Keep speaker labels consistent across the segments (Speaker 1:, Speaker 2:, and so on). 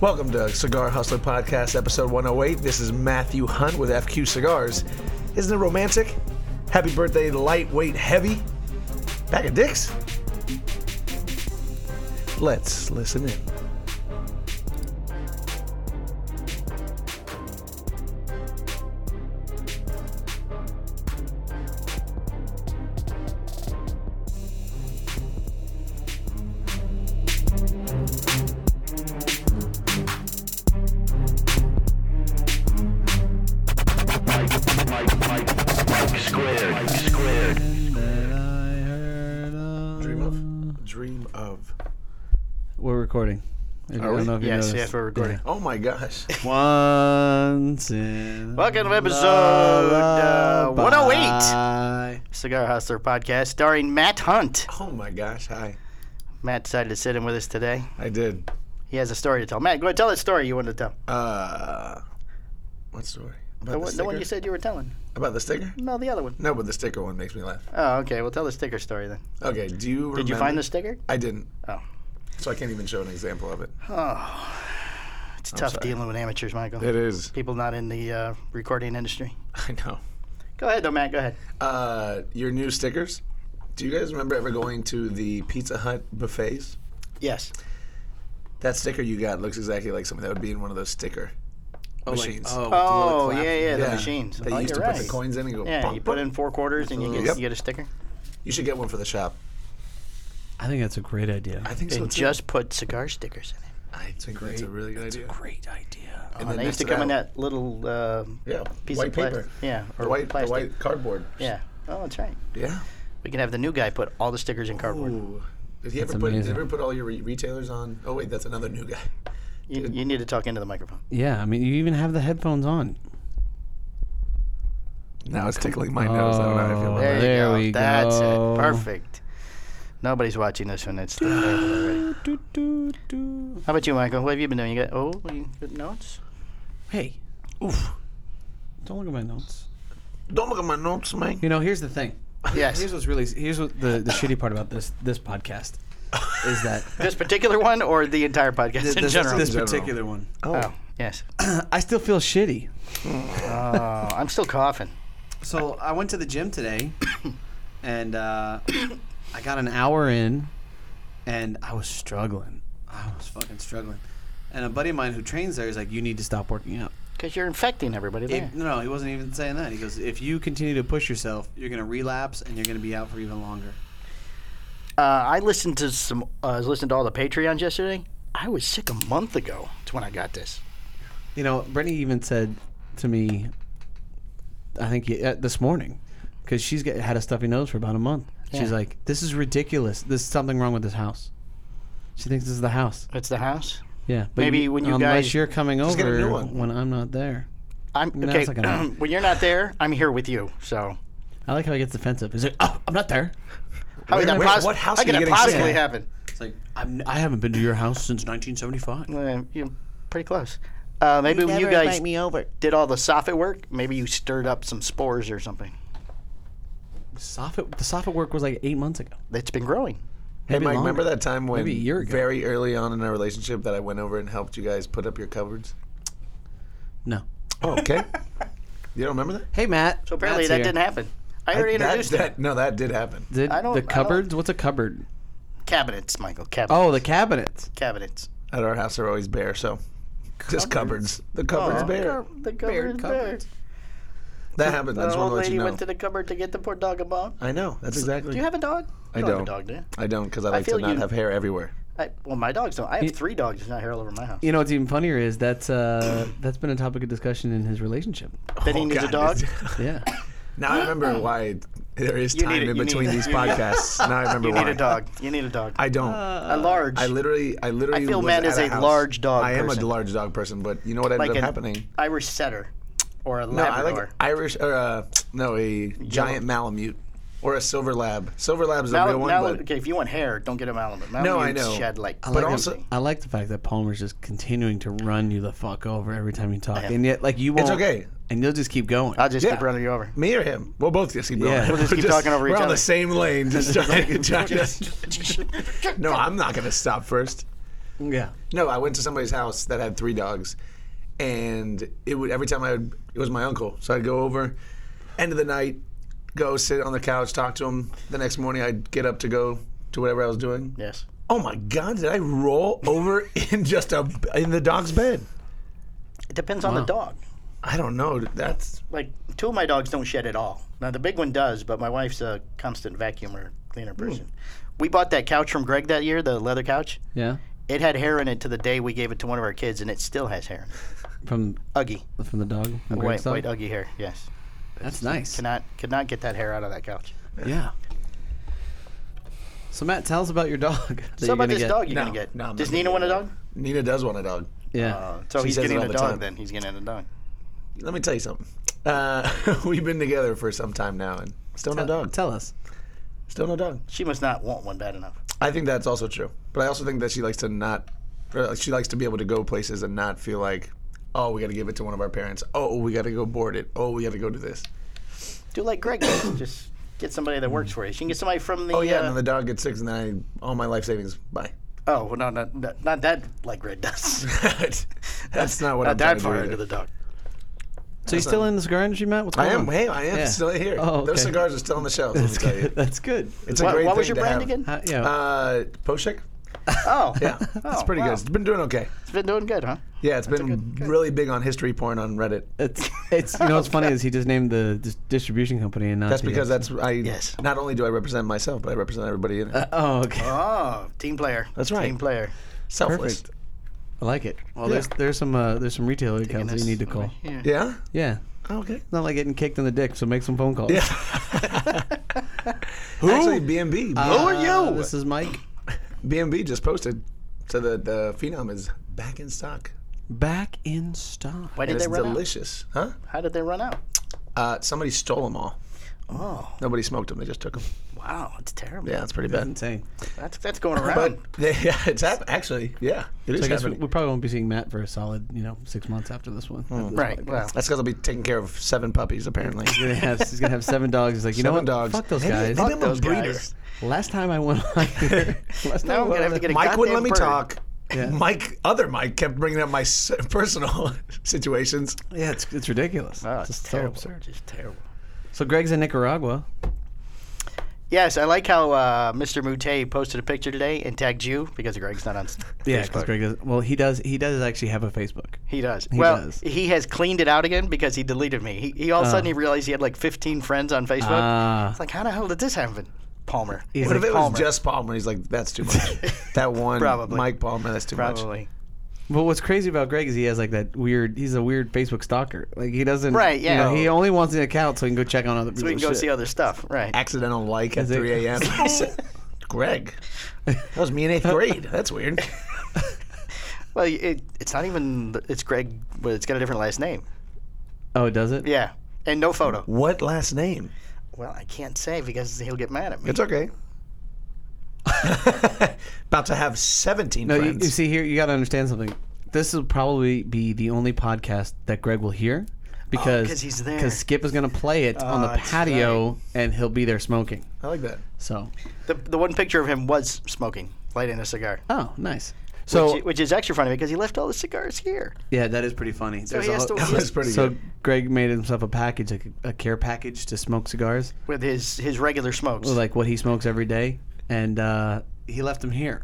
Speaker 1: Welcome to Cigar Hustler Podcast, episode 108. This is Matthew Hunt with FQ Cigars. Isn't it romantic? Happy birthday, lightweight heavy. Back of dicks? Let's listen in.
Speaker 2: Squared. Squared.
Speaker 1: Dream of? Dream of.
Speaker 3: We're recording. I
Speaker 1: we?
Speaker 3: don't know if you
Speaker 2: Yes,
Speaker 3: noticed.
Speaker 2: yes, we're recording.
Speaker 1: Oh my gosh.
Speaker 3: Once in
Speaker 2: Welcome to episode uh, 108
Speaker 3: Bye.
Speaker 2: Cigar Hustler podcast starring Matt Hunt.
Speaker 1: Oh my gosh. Hi.
Speaker 2: Matt decided to sit in with us today.
Speaker 1: I did.
Speaker 2: He has a story to tell. Matt, go ahead, tell that story you wanted to tell.
Speaker 1: Uh, what story? About
Speaker 2: The, one- the one
Speaker 1: sticker?
Speaker 2: you said you were telling.
Speaker 1: About the sticker?
Speaker 2: No, the other one.
Speaker 1: No, but the sticker one makes me laugh.
Speaker 2: Oh, okay. Well, tell the sticker story then.
Speaker 1: Okay, do you
Speaker 2: Did you find the sticker?
Speaker 1: I didn't.
Speaker 2: Oh.
Speaker 1: So I can't even show an example of it.
Speaker 2: It's tough
Speaker 1: sorry.
Speaker 2: dealing with amateurs, Michael.
Speaker 1: It is.
Speaker 2: People not in the uh, recording industry.
Speaker 1: I know.
Speaker 2: Go ahead, though, Matt. Go ahead.
Speaker 1: Uh, your new stickers. Do you guys remember ever going to the Pizza Hut buffets?
Speaker 2: Yes.
Speaker 1: That sticker you got looks exactly like something that would be in one of those sticker machines.
Speaker 2: Oh, yeah, yeah, the
Speaker 1: Yeah.
Speaker 2: machines.
Speaker 1: That
Speaker 2: oh,
Speaker 1: you used to
Speaker 2: you're
Speaker 1: put
Speaker 2: right.
Speaker 1: the coins in and go.
Speaker 2: Yeah,
Speaker 1: bump,
Speaker 2: you put in four quarters and you get,
Speaker 1: Yep.
Speaker 2: you get a sticker.
Speaker 1: You should get one for the shop.
Speaker 3: I think that's a great idea.
Speaker 1: I think so.
Speaker 2: And
Speaker 1: too.
Speaker 2: just put cigar stickers in it.
Speaker 1: I think that's a really good idea.
Speaker 3: great idea.
Speaker 1: And
Speaker 2: Oh,
Speaker 1: then
Speaker 2: they used to
Speaker 1: next
Speaker 2: come in
Speaker 1: out-
Speaker 2: that little uh,
Speaker 1: yeah
Speaker 2: piece
Speaker 1: white
Speaker 2: of plastic.
Speaker 1: paper.
Speaker 2: Yeah, or
Speaker 1: The white, the
Speaker 2: plastic.
Speaker 1: white cardboard.
Speaker 2: Yeah. Oh, that's right.
Speaker 1: Yeah.
Speaker 2: We can have the new guy put all the stickers in cardboard.
Speaker 1: Ooh. Did he ever
Speaker 3: That's
Speaker 1: put? Did he
Speaker 3: amazing.
Speaker 1: ever put all your re- retailers on? Oh wait, that's another new guy.
Speaker 2: You, you need to talk into the microphone.
Speaker 3: Yeah, I mean, you even have the headphones on.
Speaker 1: Now it's tickling my nose. I don't know how I feel about
Speaker 3: There
Speaker 1: that.
Speaker 3: you go. we
Speaker 2: That's
Speaker 3: go.
Speaker 2: it. Perfect. Nobody's watching this one. It's still available already.
Speaker 3: Do, do, do.
Speaker 2: How about you, Michael? What have you been doing? You got oh, you got notes?
Speaker 3: Hey, oof! Don't look at my notes.
Speaker 1: Don't look at my notes, man.
Speaker 3: You know, here's the thing.
Speaker 2: Yes.
Speaker 3: Here's what's really here's what the, the shitty part about this this podcast is that
Speaker 2: this particular one or the entire podcast in
Speaker 3: this,
Speaker 2: general?
Speaker 3: this
Speaker 1: In general.
Speaker 3: particular one.
Speaker 2: oh, yes.
Speaker 3: I still feel shitty.
Speaker 2: Oh, I'm still coughing.
Speaker 3: So I went to the gym today, and uh, I got an hour in, and I was struggling. I was fucking struggling. And a buddy of mine who trains there is like, "You need to stop working out."
Speaker 2: Because you're infecting everybody
Speaker 3: It-
Speaker 2: there.
Speaker 3: no, no, he wasn't even saying that. He goes, "If you continue to push yourself, you're gonna relapse, and you're gonna be out for even longer."
Speaker 2: Uh, I listened to some. Uh, I listened to all the Patreons yesterday. I was sick a month ago. It's when I got this.
Speaker 3: You know, Brittany even said to me, I think uh, this morning, because she's get, had a stuffy nose for about a month. She's
Speaker 2: Yeah.
Speaker 3: like, "This is ridiculous. There's something wrong with this house." She thinks this is the house.
Speaker 2: It's the house.
Speaker 3: Yeah, but
Speaker 2: Maybe when you
Speaker 3: unless
Speaker 2: guys-
Speaker 3: you're coming
Speaker 1: Just get a
Speaker 3: over
Speaker 1: new one.
Speaker 3: when I'm not there.
Speaker 2: I'm
Speaker 3: No,
Speaker 2: okay.
Speaker 3: it's not gonna happen.
Speaker 2: when you're not there, I'm here with you. So
Speaker 3: I like how he gets defensive. He's like, "Oh, I'm not there."
Speaker 2: how could that
Speaker 1: where-
Speaker 2: pos-
Speaker 1: what house
Speaker 2: how
Speaker 1: are
Speaker 2: could
Speaker 1: you
Speaker 2: that
Speaker 1: getting sick
Speaker 2: possibly
Speaker 1: at?
Speaker 2: happen?
Speaker 3: It's like I'm, I haven't been to your house since 1975.
Speaker 2: Uh, you're pretty close. Uh, maybe when you guys
Speaker 3: over.
Speaker 2: did all the soffit work, maybe you stirred up some spores or something.
Speaker 3: Soffit, the soffit work was like eight months ago.
Speaker 2: It's been growing.
Speaker 1: Hey,
Speaker 3: Maybe
Speaker 1: Mike,
Speaker 3: longer.
Speaker 1: remember that time when
Speaker 3: Maybe a year ago.
Speaker 1: very early on in our relationship that I went over and helped you guys put up your cupboards?
Speaker 3: No.
Speaker 1: Oh, okay. you don't remember that?
Speaker 3: Hey, Matt.
Speaker 2: So apparently that didn't happen. I already
Speaker 1: That-
Speaker 2: introduced
Speaker 1: that,
Speaker 2: that,
Speaker 1: No, that did happen.
Speaker 3: Did
Speaker 2: I don't- I
Speaker 3: the
Speaker 2: don't-
Speaker 3: cupboards? What's a cupboard?
Speaker 2: cabinets, Michael. Cabinets.
Speaker 3: Oh, the cabinets.
Speaker 2: cabinets.
Speaker 1: At our house, they're always bare, so just cupboards. The cupboard's bare.
Speaker 2: The cupboard there.
Speaker 1: That happened. I
Speaker 2: Oh, The
Speaker 1: just want
Speaker 2: old
Speaker 1: to let
Speaker 2: lady
Speaker 1: you know.
Speaker 2: went to the cupboard to get the poor dog a bone.
Speaker 1: I know. That's exactly.
Speaker 2: Do you have a dog?
Speaker 1: I
Speaker 2: You have
Speaker 1: don't.
Speaker 2: a dog, do you?
Speaker 1: I don't because I like to
Speaker 2: feel
Speaker 1: not
Speaker 2: you-
Speaker 1: have hair everywhere.
Speaker 2: I, well, my dogs don't. I have three dogs. It's not hair all over my house.
Speaker 3: You know what's even funnier is that's uh, that's been a topic of discussion in his relationship.
Speaker 1: Oh,
Speaker 2: That he needs a dog.
Speaker 3: Yeah.
Speaker 1: now I remember why there is
Speaker 2: You need
Speaker 1: time
Speaker 2: it,
Speaker 1: in
Speaker 2: you need
Speaker 1: between
Speaker 2: it,
Speaker 1: these
Speaker 2: you need it.
Speaker 1: podcasts. Now I remember
Speaker 2: You
Speaker 1: why.
Speaker 2: need a dog. You need a dog.
Speaker 1: I don't.
Speaker 2: a large.
Speaker 1: I literally, I literally.
Speaker 2: I feel
Speaker 1: was
Speaker 2: Matt
Speaker 1: at
Speaker 2: is a
Speaker 1: house.
Speaker 2: large dog
Speaker 1: I am
Speaker 2: person.
Speaker 1: a large dog person, but you know what ended
Speaker 2: like
Speaker 1: up
Speaker 2: an
Speaker 1: happening?
Speaker 2: Irish setter or a
Speaker 1: No, I
Speaker 2: Labrador.
Speaker 1: like Irish, or uh, no, a giant Malamute or a silver lab. Silver lab's the
Speaker 2: Mal-
Speaker 1: real one,
Speaker 2: Mal-
Speaker 1: but
Speaker 2: okay, if you want hair, don't get a Malamute.
Speaker 1: No, I
Speaker 2: Malamutes
Speaker 1: know.
Speaker 2: Shed like,
Speaker 1: But
Speaker 2: crazy.
Speaker 1: also-
Speaker 3: I like the fact that Palmer's just continuing to run you the fuck over every time you talk, and yet like you won't.
Speaker 1: it's okay.
Speaker 3: And you'll just keep going.
Speaker 2: I'll just
Speaker 1: yeah.
Speaker 2: keep running you over.
Speaker 1: Me or him? We'll both just keep going.
Speaker 3: Yeah. We'll
Speaker 2: just keep talking over
Speaker 1: we're
Speaker 2: each
Speaker 1: on
Speaker 2: other.
Speaker 1: the same lane, just trying, trying to. No, I'm not gonna stop first.
Speaker 3: Yeah.
Speaker 1: No, I went to somebody's house that had three dogs, and it would every time I would it was my uncle, so I'd go over, end of the night, go sit on the couch, talk to him. The next morning, I'd get up to go to whatever I was doing.
Speaker 2: Yes.
Speaker 1: Oh my God, did I roll over in just a in the dog's bed?
Speaker 2: It depends on the dog.
Speaker 1: I don't know. That's
Speaker 2: Like two of my dogs don't shed at all. Now the big one does, but my wife's a constant vacuumer cleaner
Speaker 1: Hmm.
Speaker 2: person. We bought that couch from Greg that year, the leather couch.
Speaker 3: Yeah.
Speaker 2: It had hair in it to the day we gave it to one of our kids, and it still has hair.
Speaker 3: From
Speaker 2: Uggy,
Speaker 3: from the dog. from
Speaker 2: white,
Speaker 3: Greg's dog?
Speaker 2: white,
Speaker 1: uh,
Speaker 2: uggy hair. Yes,
Speaker 3: That's nice.
Speaker 2: cannot could not get that hair out of that couch.
Speaker 3: Yeah. So Matt, tell us about your dog. that
Speaker 2: So
Speaker 3: you're
Speaker 2: about
Speaker 3: gonna
Speaker 2: this
Speaker 3: get.
Speaker 2: dog you're
Speaker 1: No,
Speaker 2: gonna get?
Speaker 1: no, I'm not
Speaker 2: Does
Speaker 1: gonna
Speaker 2: Nina
Speaker 1: get
Speaker 2: want a
Speaker 1: it.
Speaker 2: dog?
Speaker 1: Nina does want a dog.
Speaker 3: Yeah.
Speaker 2: Uh, so
Speaker 1: She
Speaker 2: he's
Speaker 1: says it
Speaker 2: getting
Speaker 1: all
Speaker 2: a
Speaker 1: the
Speaker 2: dog.
Speaker 1: time.
Speaker 2: Then he's getting a dog.
Speaker 1: Let me tell you something. Uh, we've been together for some time now, and still no
Speaker 3: tell,
Speaker 1: dog.
Speaker 3: tell us.
Speaker 1: Still no dog.
Speaker 2: She must not want one bad enough.
Speaker 1: I think that's also true. But I also think that she likes to not, or she likes to be able to go places and not feel like, oh, we got to give it to one of our parents. Oh, we got to go board it. Oh, we got to go do this.
Speaker 2: Do like Greg. does. Just get somebody that works for you. She can get somebody from the.
Speaker 1: Oh yeah,
Speaker 2: uh,
Speaker 1: and then the dog gets sick, and then I all my life savings. Bye.
Speaker 2: Oh well, no, not not- not that like Greg does.
Speaker 1: that's not what
Speaker 2: not
Speaker 1: I'm trying
Speaker 2: that
Speaker 1: to
Speaker 2: far
Speaker 1: do
Speaker 2: into
Speaker 1: either.
Speaker 2: the dog.
Speaker 3: So you still in the cigar industry, Matt? What's
Speaker 1: I
Speaker 3: going
Speaker 1: am.
Speaker 3: on?
Speaker 1: Hey, I am
Speaker 3: Yeah.
Speaker 1: still here.
Speaker 3: Oh, okay.
Speaker 1: Those cigars are still on the shelves. Let me
Speaker 3: That's
Speaker 1: tell you.
Speaker 3: good. That's good.
Speaker 1: It's a
Speaker 2: What,
Speaker 1: great
Speaker 2: what was
Speaker 1: thing
Speaker 2: your
Speaker 1: to
Speaker 2: brand
Speaker 1: have.
Speaker 2: again?
Speaker 3: How- yeah.
Speaker 1: Uh, Poshik.
Speaker 2: Oh
Speaker 1: Yeah, it's pretty
Speaker 2: wow.
Speaker 1: good. It's been doing okay.
Speaker 2: It's been doing good, huh?
Speaker 1: Yeah, it's been really big on history porn on Reddit.
Speaker 3: it's it's you know what's funny is he just named the dis- distribution company and not
Speaker 1: That's
Speaker 3: the-
Speaker 1: because that's I.
Speaker 2: Yes.
Speaker 1: Not only do I represent myself, but I represent everybody in it.
Speaker 3: Oh, okay.
Speaker 2: Oh, team player.
Speaker 1: That's right.
Speaker 2: Team player.
Speaker 1: Selfless.
Speaker 3: perfect. I like it. Well,
Speaker 1: Yeah.
Speaker 3: there's there's some uh, there's some retail accounts that you
Speaker 2: Goodness.
Speaker 3: need to call.
Speaker 2: Yeah.
Speaker 1: Yeah.
Speaker 3: Yeah.
Speaker 1: Oh, Okay.
Speaker 3: It's not like getting kicked in the dick, so make some phone calls.
Speaker 1: Yeah. Who? Actually, BMB.
Speaker 3: Who
Speaker 1: Uh,
Speaker 3: are you? This is Mike.
Speaker 1: BMB just posted, so the the phenom is back in stock.
Speaker 3: Back in stock.
Speaker 2: Why
Speaker 1: And
Speaker 2: did they
Speaker 1: it's
Speaker 2: run
Speaker 1: delicious,
Speaker 2: out? How did they run out?
Speaker 1: huh? Uh, somebody stole them all.
Speaker 2: Oh,
Speaker 1: Nobody smoked them. They just took them.
Speaker 2: wow, it's terrible.
Speaker 1: Yeah, that's pretty bad.
Speaker 3: Insane.
Speaker 2: That's that's going around.
Speaker 1: But they, yeah, it's hap- actually yeah, it is
Speaker 3: So I guess we,
Speaker 1: happening.
Speaker 3: we probably won't be seeing Matt for a solid, you know, six months after this one. after this
Speaker 2: right.
Speaker 3: podcast.
Speaker 2: Well,
Speaker 1: That's because I'll be taking care of seven puppies apparently.
Speaker 3: He's gonna have he's gonna have seven dogs. He's like, you know
Speaker 1: Seven
Speaker 3: what?
Speaker 1: dogs.
Speaker 3: Fuck those
Speaker 1: Maybe-
Speaker 3: guys.
Speaker 1: maybe
Speaker 2: fuck
Speaker 1: I'm a
Speaker 2: those
Speaker 1: breeder.
Speaker 2: guys.
Speaker 3: Last time I went on here, last time
Speaker 2: Now
Speaker 3: I
Speaker 2: I'm gonna have
Speaker 3: went on
Speaker 2: to
Speaker 3: the-
Speaker 2: get a
Speaker 1: Mike wouldn't
Speaker 2: goddamn
Speaker 1: let me
Speaker 2: bird.
Speaker 1: talk.
Speaker 3: Yeah.
Speaker 1: Mike, other Mike, kept bringing up my s- personal situations.
Speaker 3: Yeah, it's it's ridiculous.
Speaker 2: Oh,
Speaker 3: it's
Speaker 2: it's
Speaker 3: just
Speaker 2: terrible.
Speaker 3: so absurd.
Speaker 2: Just terrible.
Speaker 3: So Greg's in Nicaragua.
Speaker 2: Yes, I like how uh, Mr. Mute posted a picture today and tagged you because Greg's not on.
Speaker 3: Yeah,
Speaker 2: Facebook.
Speaker 3: because Greg does. Well, he does. He does actually have a Facebook.
Speaker 2: He does. well,
Speaker 3: does. Oh.
Speaker 2: he has cleaned it out again because he deleted me. He, he all of a sudden he realized he had like 15 friends on Facebook.
Speaker 3: Ah.
Speaker 2: it's like, how the hell did this happen? Palmer.
Speaker 3: He's
Speaker 1: What
Speaker 3: like,
Speaker 1: if it
Speaker 2: Palmer.
Speaker 1: was just Palmer? He's like, that's too much. that one,
Speaker 2: Probably.
Speaker 1: Mike Palmer, that's too much.
Speaker 2: Probably.
Speaker 3: But what's crazy about Greg is he has like that weird. He's a weird Facebook stalker. Like he doesn't.
Speaker 2: Right,
Speaker 3: you
Speaker 2: yeah.
Speaker 3: know, he only wants an account so he can go check on other people.
Speaker 2: So we can go see other stuff. Right.
Speaker 1: Accidental like at
Speaker 3: it-
Speaker 1: 3 a.m. I said, Greg, that was me in eighth grade. That's weird.
Speaker 2: Well, it, it's not even. th- It's Greg, but it's got a different last name.
Speaker 3: Oh, does it?
Speaker 2: Yeah, and no photo.
Speaker 1: What last name?
Speaker 2: Well, I can't say because he'll get mad at me.
Speaker 1: It's okay. About to have 17
Speaker 3: No, you,
Speaker 1: friends.
Speaker 3: you see here, you got to understand something. This will probably be the only podcast that Greg will hear because
Speaker 2: Oh, 'cause he's there.
Speaker 3: 'cause Skip is going to play it on
Speaker 2: Oh,
Speaker 3: the
Speaker 2: that's
Speaker 3: patio and he'll be there smoking.
Speaker 1: I like that.
Speaker 3: So,
Speaker 2: The, the one picture of him was smoking, lighting a cigar.
Speaker 3: oh, nice. So
Speaker 2: which, which is extra funny because he left all the cigars here.
Speaker 3: yeah, that is pretty funny.
Speaker 2: So he has to
Speaker 1: That was pretty
Speaker 3: so
Speaker 1: good.
Speaker 3: Greg made himself a package, like a care package to smoke cigars,
Speaker 2: with his his regular smokes.
Speaker 3: like what he smokes every day, and uh, he left them here.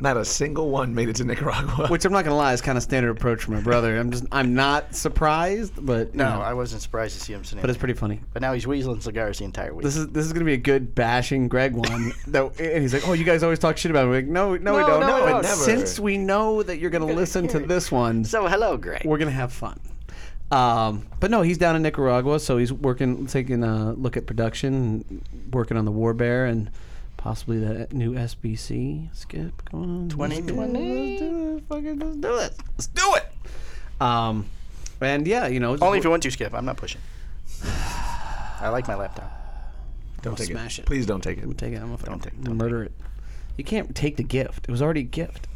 Speaker 1: Not a single one made it to Nicaragua.
Speaker 3: Which I'm not gonna lie is kind of standard approach for my brother. I'm just I'm not surprised, but
Speaker 2: no, I wasn't surprised to see him sitting.
Speaker 3: but it's pretty funny.
Speaker 2: But now he's weaseling cigars the entire week.
Speaker 3: This is this is gonna be a good bashing Greg one. though, and he's like, "Oh, you guys always talk shit about me." Like, no, no, we
Speaker 2: No,
Speaker 3: don't.
Speaker 2: no, we
Speaker 3: and
Speaker 1: don't.
Speaker 3: Since we know that you're gonna listen to this one,
Speaker 2: so hello, Greg.
Speaker 3: we're gonna have fun. Um, but no, he's down in Nicaragua, so he's working, taking a look at production, working on the War Bear, and possibly that new SBC. Skip, come on, twenty
Speaker 2: 2020.
Speaker 3: Let's do it. Fucking let's do it. Let's do it. Um, and yeah, you know, just
Speaker 2: Only if
Speaker 3: wor-
Speaker 2: you want to, Skip. I'm not pushing. I like my laptop.
Speaker 1: don't take
Speaker 3: smash it.
Speaker 1: Please don't take it.
Speaker 3: Take it. I'm gonna fucking
Speaker 2: take- don't
Speaker 3: murder it. You can't take the gift. It was already a gift.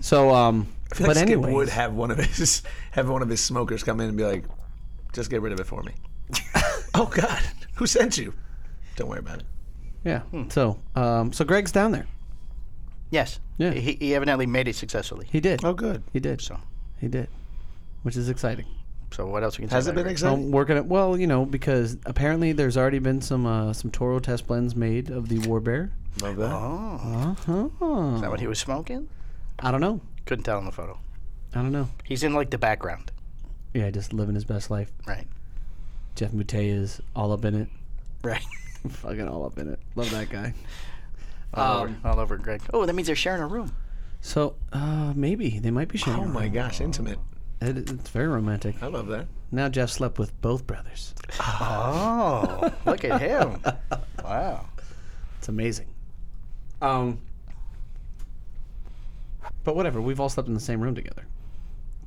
Speaker 3: so, um,
Speaker 1: I feel
Speaker 3: but
Speaker 1: like Skip
Speaker 3: anyway,
Speaker 1: would have one of his have one of his smokers come in and be like, "Just get rid of it for me." oh God, who sent you? Don't worry about it.
Speaker 3: yeah. So, um, so Greg's down there.
Speaker 2: Yes.
Speaker 3: Yeah.
Speaker 2: He, he evidently made it successfully.
Speaker 3: He did.
Speaker 1: Oh, good.
Speaker 3: He did.
Speaker 2: So,
Speaker 3: He did, which is exciting.
Speaker 2: so what else we can say?
Speaker 1: Has it
Speaker 2: about
Speaker 1: been
Speaker 3: So
Speaker 1: exciting?
Speaker 3: I'm working it well, you know, because apparently there's already been some uh, some Toro test blends made of the War Bear.
Speaker 1: Love that.
Speaker 2: Oh,
Speaker 3: Uh
Speaker 2: is that
Speaker 3: huh.
Speaker 2: what he was smoking?
Speaker 3: I don't know.
Speaker 2: Couldn't tell in the photo.
Speaker 3: I don't know.
Speaker 2: He's in like the background,
Speaker 3: Yeah, just living his best life.
Speaker 2: right?
Speaker 3: Jeff Mute is all up in it.
Speaker 2: Right.
Speaker 3: Fucking all up in it. Love that guy.
Speaker 1: Um,
Speaker 2: All,
Speaker 3: Um,
Speaker 2: over, all over Greg. Oh, that means they're sharing a room.
Speaker 3: So uh, maybe they might be sharing.
Speaker 1: Oh
Speaker 3: a
Speaker 1: my
Speaker 3: room.
Speaker 1: gosh, intimate.
Speaker 3: It, it's very romantic.
Speaker 1: I love that.
Speaker 3: Now Jeff slept with both brothers.
Speaker 2: Oh, look at him! Wow.
Speaker 3: It's amazing. Um, but whatever. We've all slept in the same room together,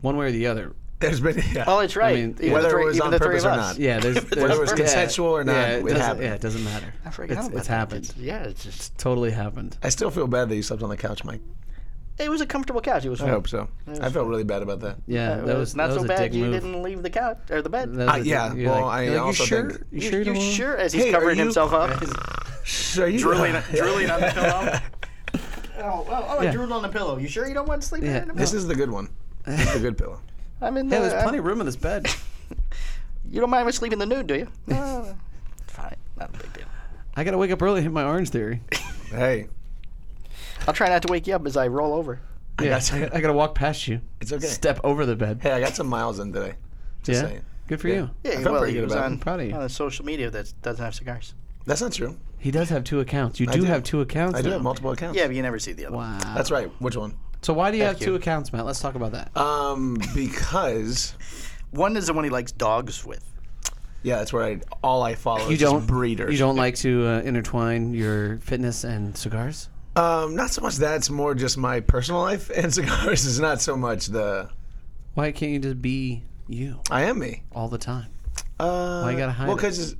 Speaker 3: one way or the other.
Speaker 1: There's been yeah.
Speaker 2: Oh, it's right.
Speaker 3: mean,
Speaker 2: Even the
Speaker 3: whether
Speaker 1: it
Speaker 2: three-
Speaker 1: was
Speaker 2: even
Speaker 1: on
Speaker 2: the three
Speaker 1: purpose
Speaker 2: of
Speaker 1: or
Speaker 2: us.
Speaker 1: not.
Speaker 3: Yeah, there's, there's
Speaker 1: Whether it was consensual or not,
Speaker 3: yeah, it
Speaker 1: it
Speaker 3: doesn't-
Speaker 1: happened.
Speaker 3: Yeah, it doesn't matter.
Speaker 2: I forgot
Speaker 3: It's,
Speaker 2: about
Speaker 3: it's
Speaker 2: that.
Speaker 3: happened.
Speaker 2: It's- yeah, it's just
Speaker 3: Totally happened.
Speaker 1: I still feel bad that you slept on the couch, Mike.
Speaker 2: it was a comfortable couch. It was.
Speaker 1: I
Speaker 2: fun.
Speaker 1: hope so. I felt really bad about that.
Speaker 3: Yeah,
Speaker 2: Uh,
Speaker 3: Oh, that was
Speaker 2: not
Speaker 3: that
Speaker 2: so
Speaker 3: was a
Speaker 2: bad.
Speaker 3: dick
Speaker 2: You
Speaker 3: move.
Speaker 2: didn't leave the couch or the bed.
Speaker 3: That was
Speaker 1: Uh,
Speaker 3: a dick-
Speaker 1: yeah,
Speaker 3: you're
Speaker 1: well,
Speaker 3: like-
Speaker 1: I
Speaker 3: you're like,
Speaker 1: also
Speaker 3: you sure?
Speaker 1: think-
Speaker 3: You
Speaker 2: you,
Speaker 3: sure you
Speaker 2: you
Speaker 3: don't wanna-"
Speaker 2: sure? As he's
Speaker 1: Hey, are
Speaker 2: covering
Speaker 1: you-
Speaker 2: himself up,
Speaker 1: So you
Speaker 2: drooling, drooling on the pillow. Oh, oh, oh
Speaker 3: Yeah.
Speaker 2: I drooled on the pillow. You sure you don't want to sleep
Speaker 3: Yeah.
Speaker 2: in the
Speaker 1: This
Speaker 2: pillow?
Speaker 1: is the good one. This is the good pillow.
Speaker 2: I'm in the.
Speaker 3: Yeah, there's
Speaker 2: I'm-
Speaker 3: plenty of room in this bed.
Speaker 2: You don't mind me sleeping in the nude, do you? No. Fine, not a big deal.
Speaker 3: I gotta wake up early and hit my orange theory.
Speaker 1: Hey,
Speaker 2: I'll try not to wake you up as I roll over.
Speaker 3: Yeah,
Speaker 1: got
Speaker 3: I,
Speaker 1: you.
Speaker 3: gotta, I gotta walk past you.
Speaker 1: it's okay.
Speaker 3: Step over the bed.
Speaker 1: Hey, I got some miles in today. Just
Speaker 3: yeah,
Speaker 1: saying.
Speaker 3: good for
Speaker 1: Yeah.
Speaker 3: you.
Speaker 1: I
Speaker 2: Yeah,
Speaker 1: felt
Speaker 2: well,
Speaker 1: pretty
Speaker 2: he
Speaker 1: good
Speaker 2: was
Speaker 1: about it.
Speaker 2: on,
Speaker 1: I'm
Speaker 3: proud of you.
Speaker 2: on social media that doesn't have cigars.
Speaker 1: That's not true.
Speaker 3: He does have two accounts. You do,
Speaker 1: do.
Speaker 3: have two accounts.
Speaker 1: I do
Speaker 3: now.
Speaker 1: have multiple accounts.
Speaker 2: Yeah, but you never see the other. one.
Speaker 3: Wow.
Speaker 1: That's right. Which one?
Speaker 3: so why do you have
Speaker 2: you.
Speaker 3: two accounts, Matt? Let's talk about that.
Speaker 1: Um, because
Speaker 2: One is the one he likes dogs with.
Speaker 1: yeah, that's where I all I follow.
Speaker 3: you
Speaker 1: is just
Speaker 3: don't
Speaker 1: breeders.
Speaker 3: You don't like to uh, intertwine your fitness and cigars.
Speaker 1: Um, not so much that. It's more just my personal life and cigars. Is not so much the
Speaker 3: Why can't you just be you
Speaker 1: I am me.
Speaker 3: all the time?
Speaker 1: Uh,
Speaker 3: Why you gotta hide
Speaker 1: Well,
Speaker 3: it?
Speaker 1: because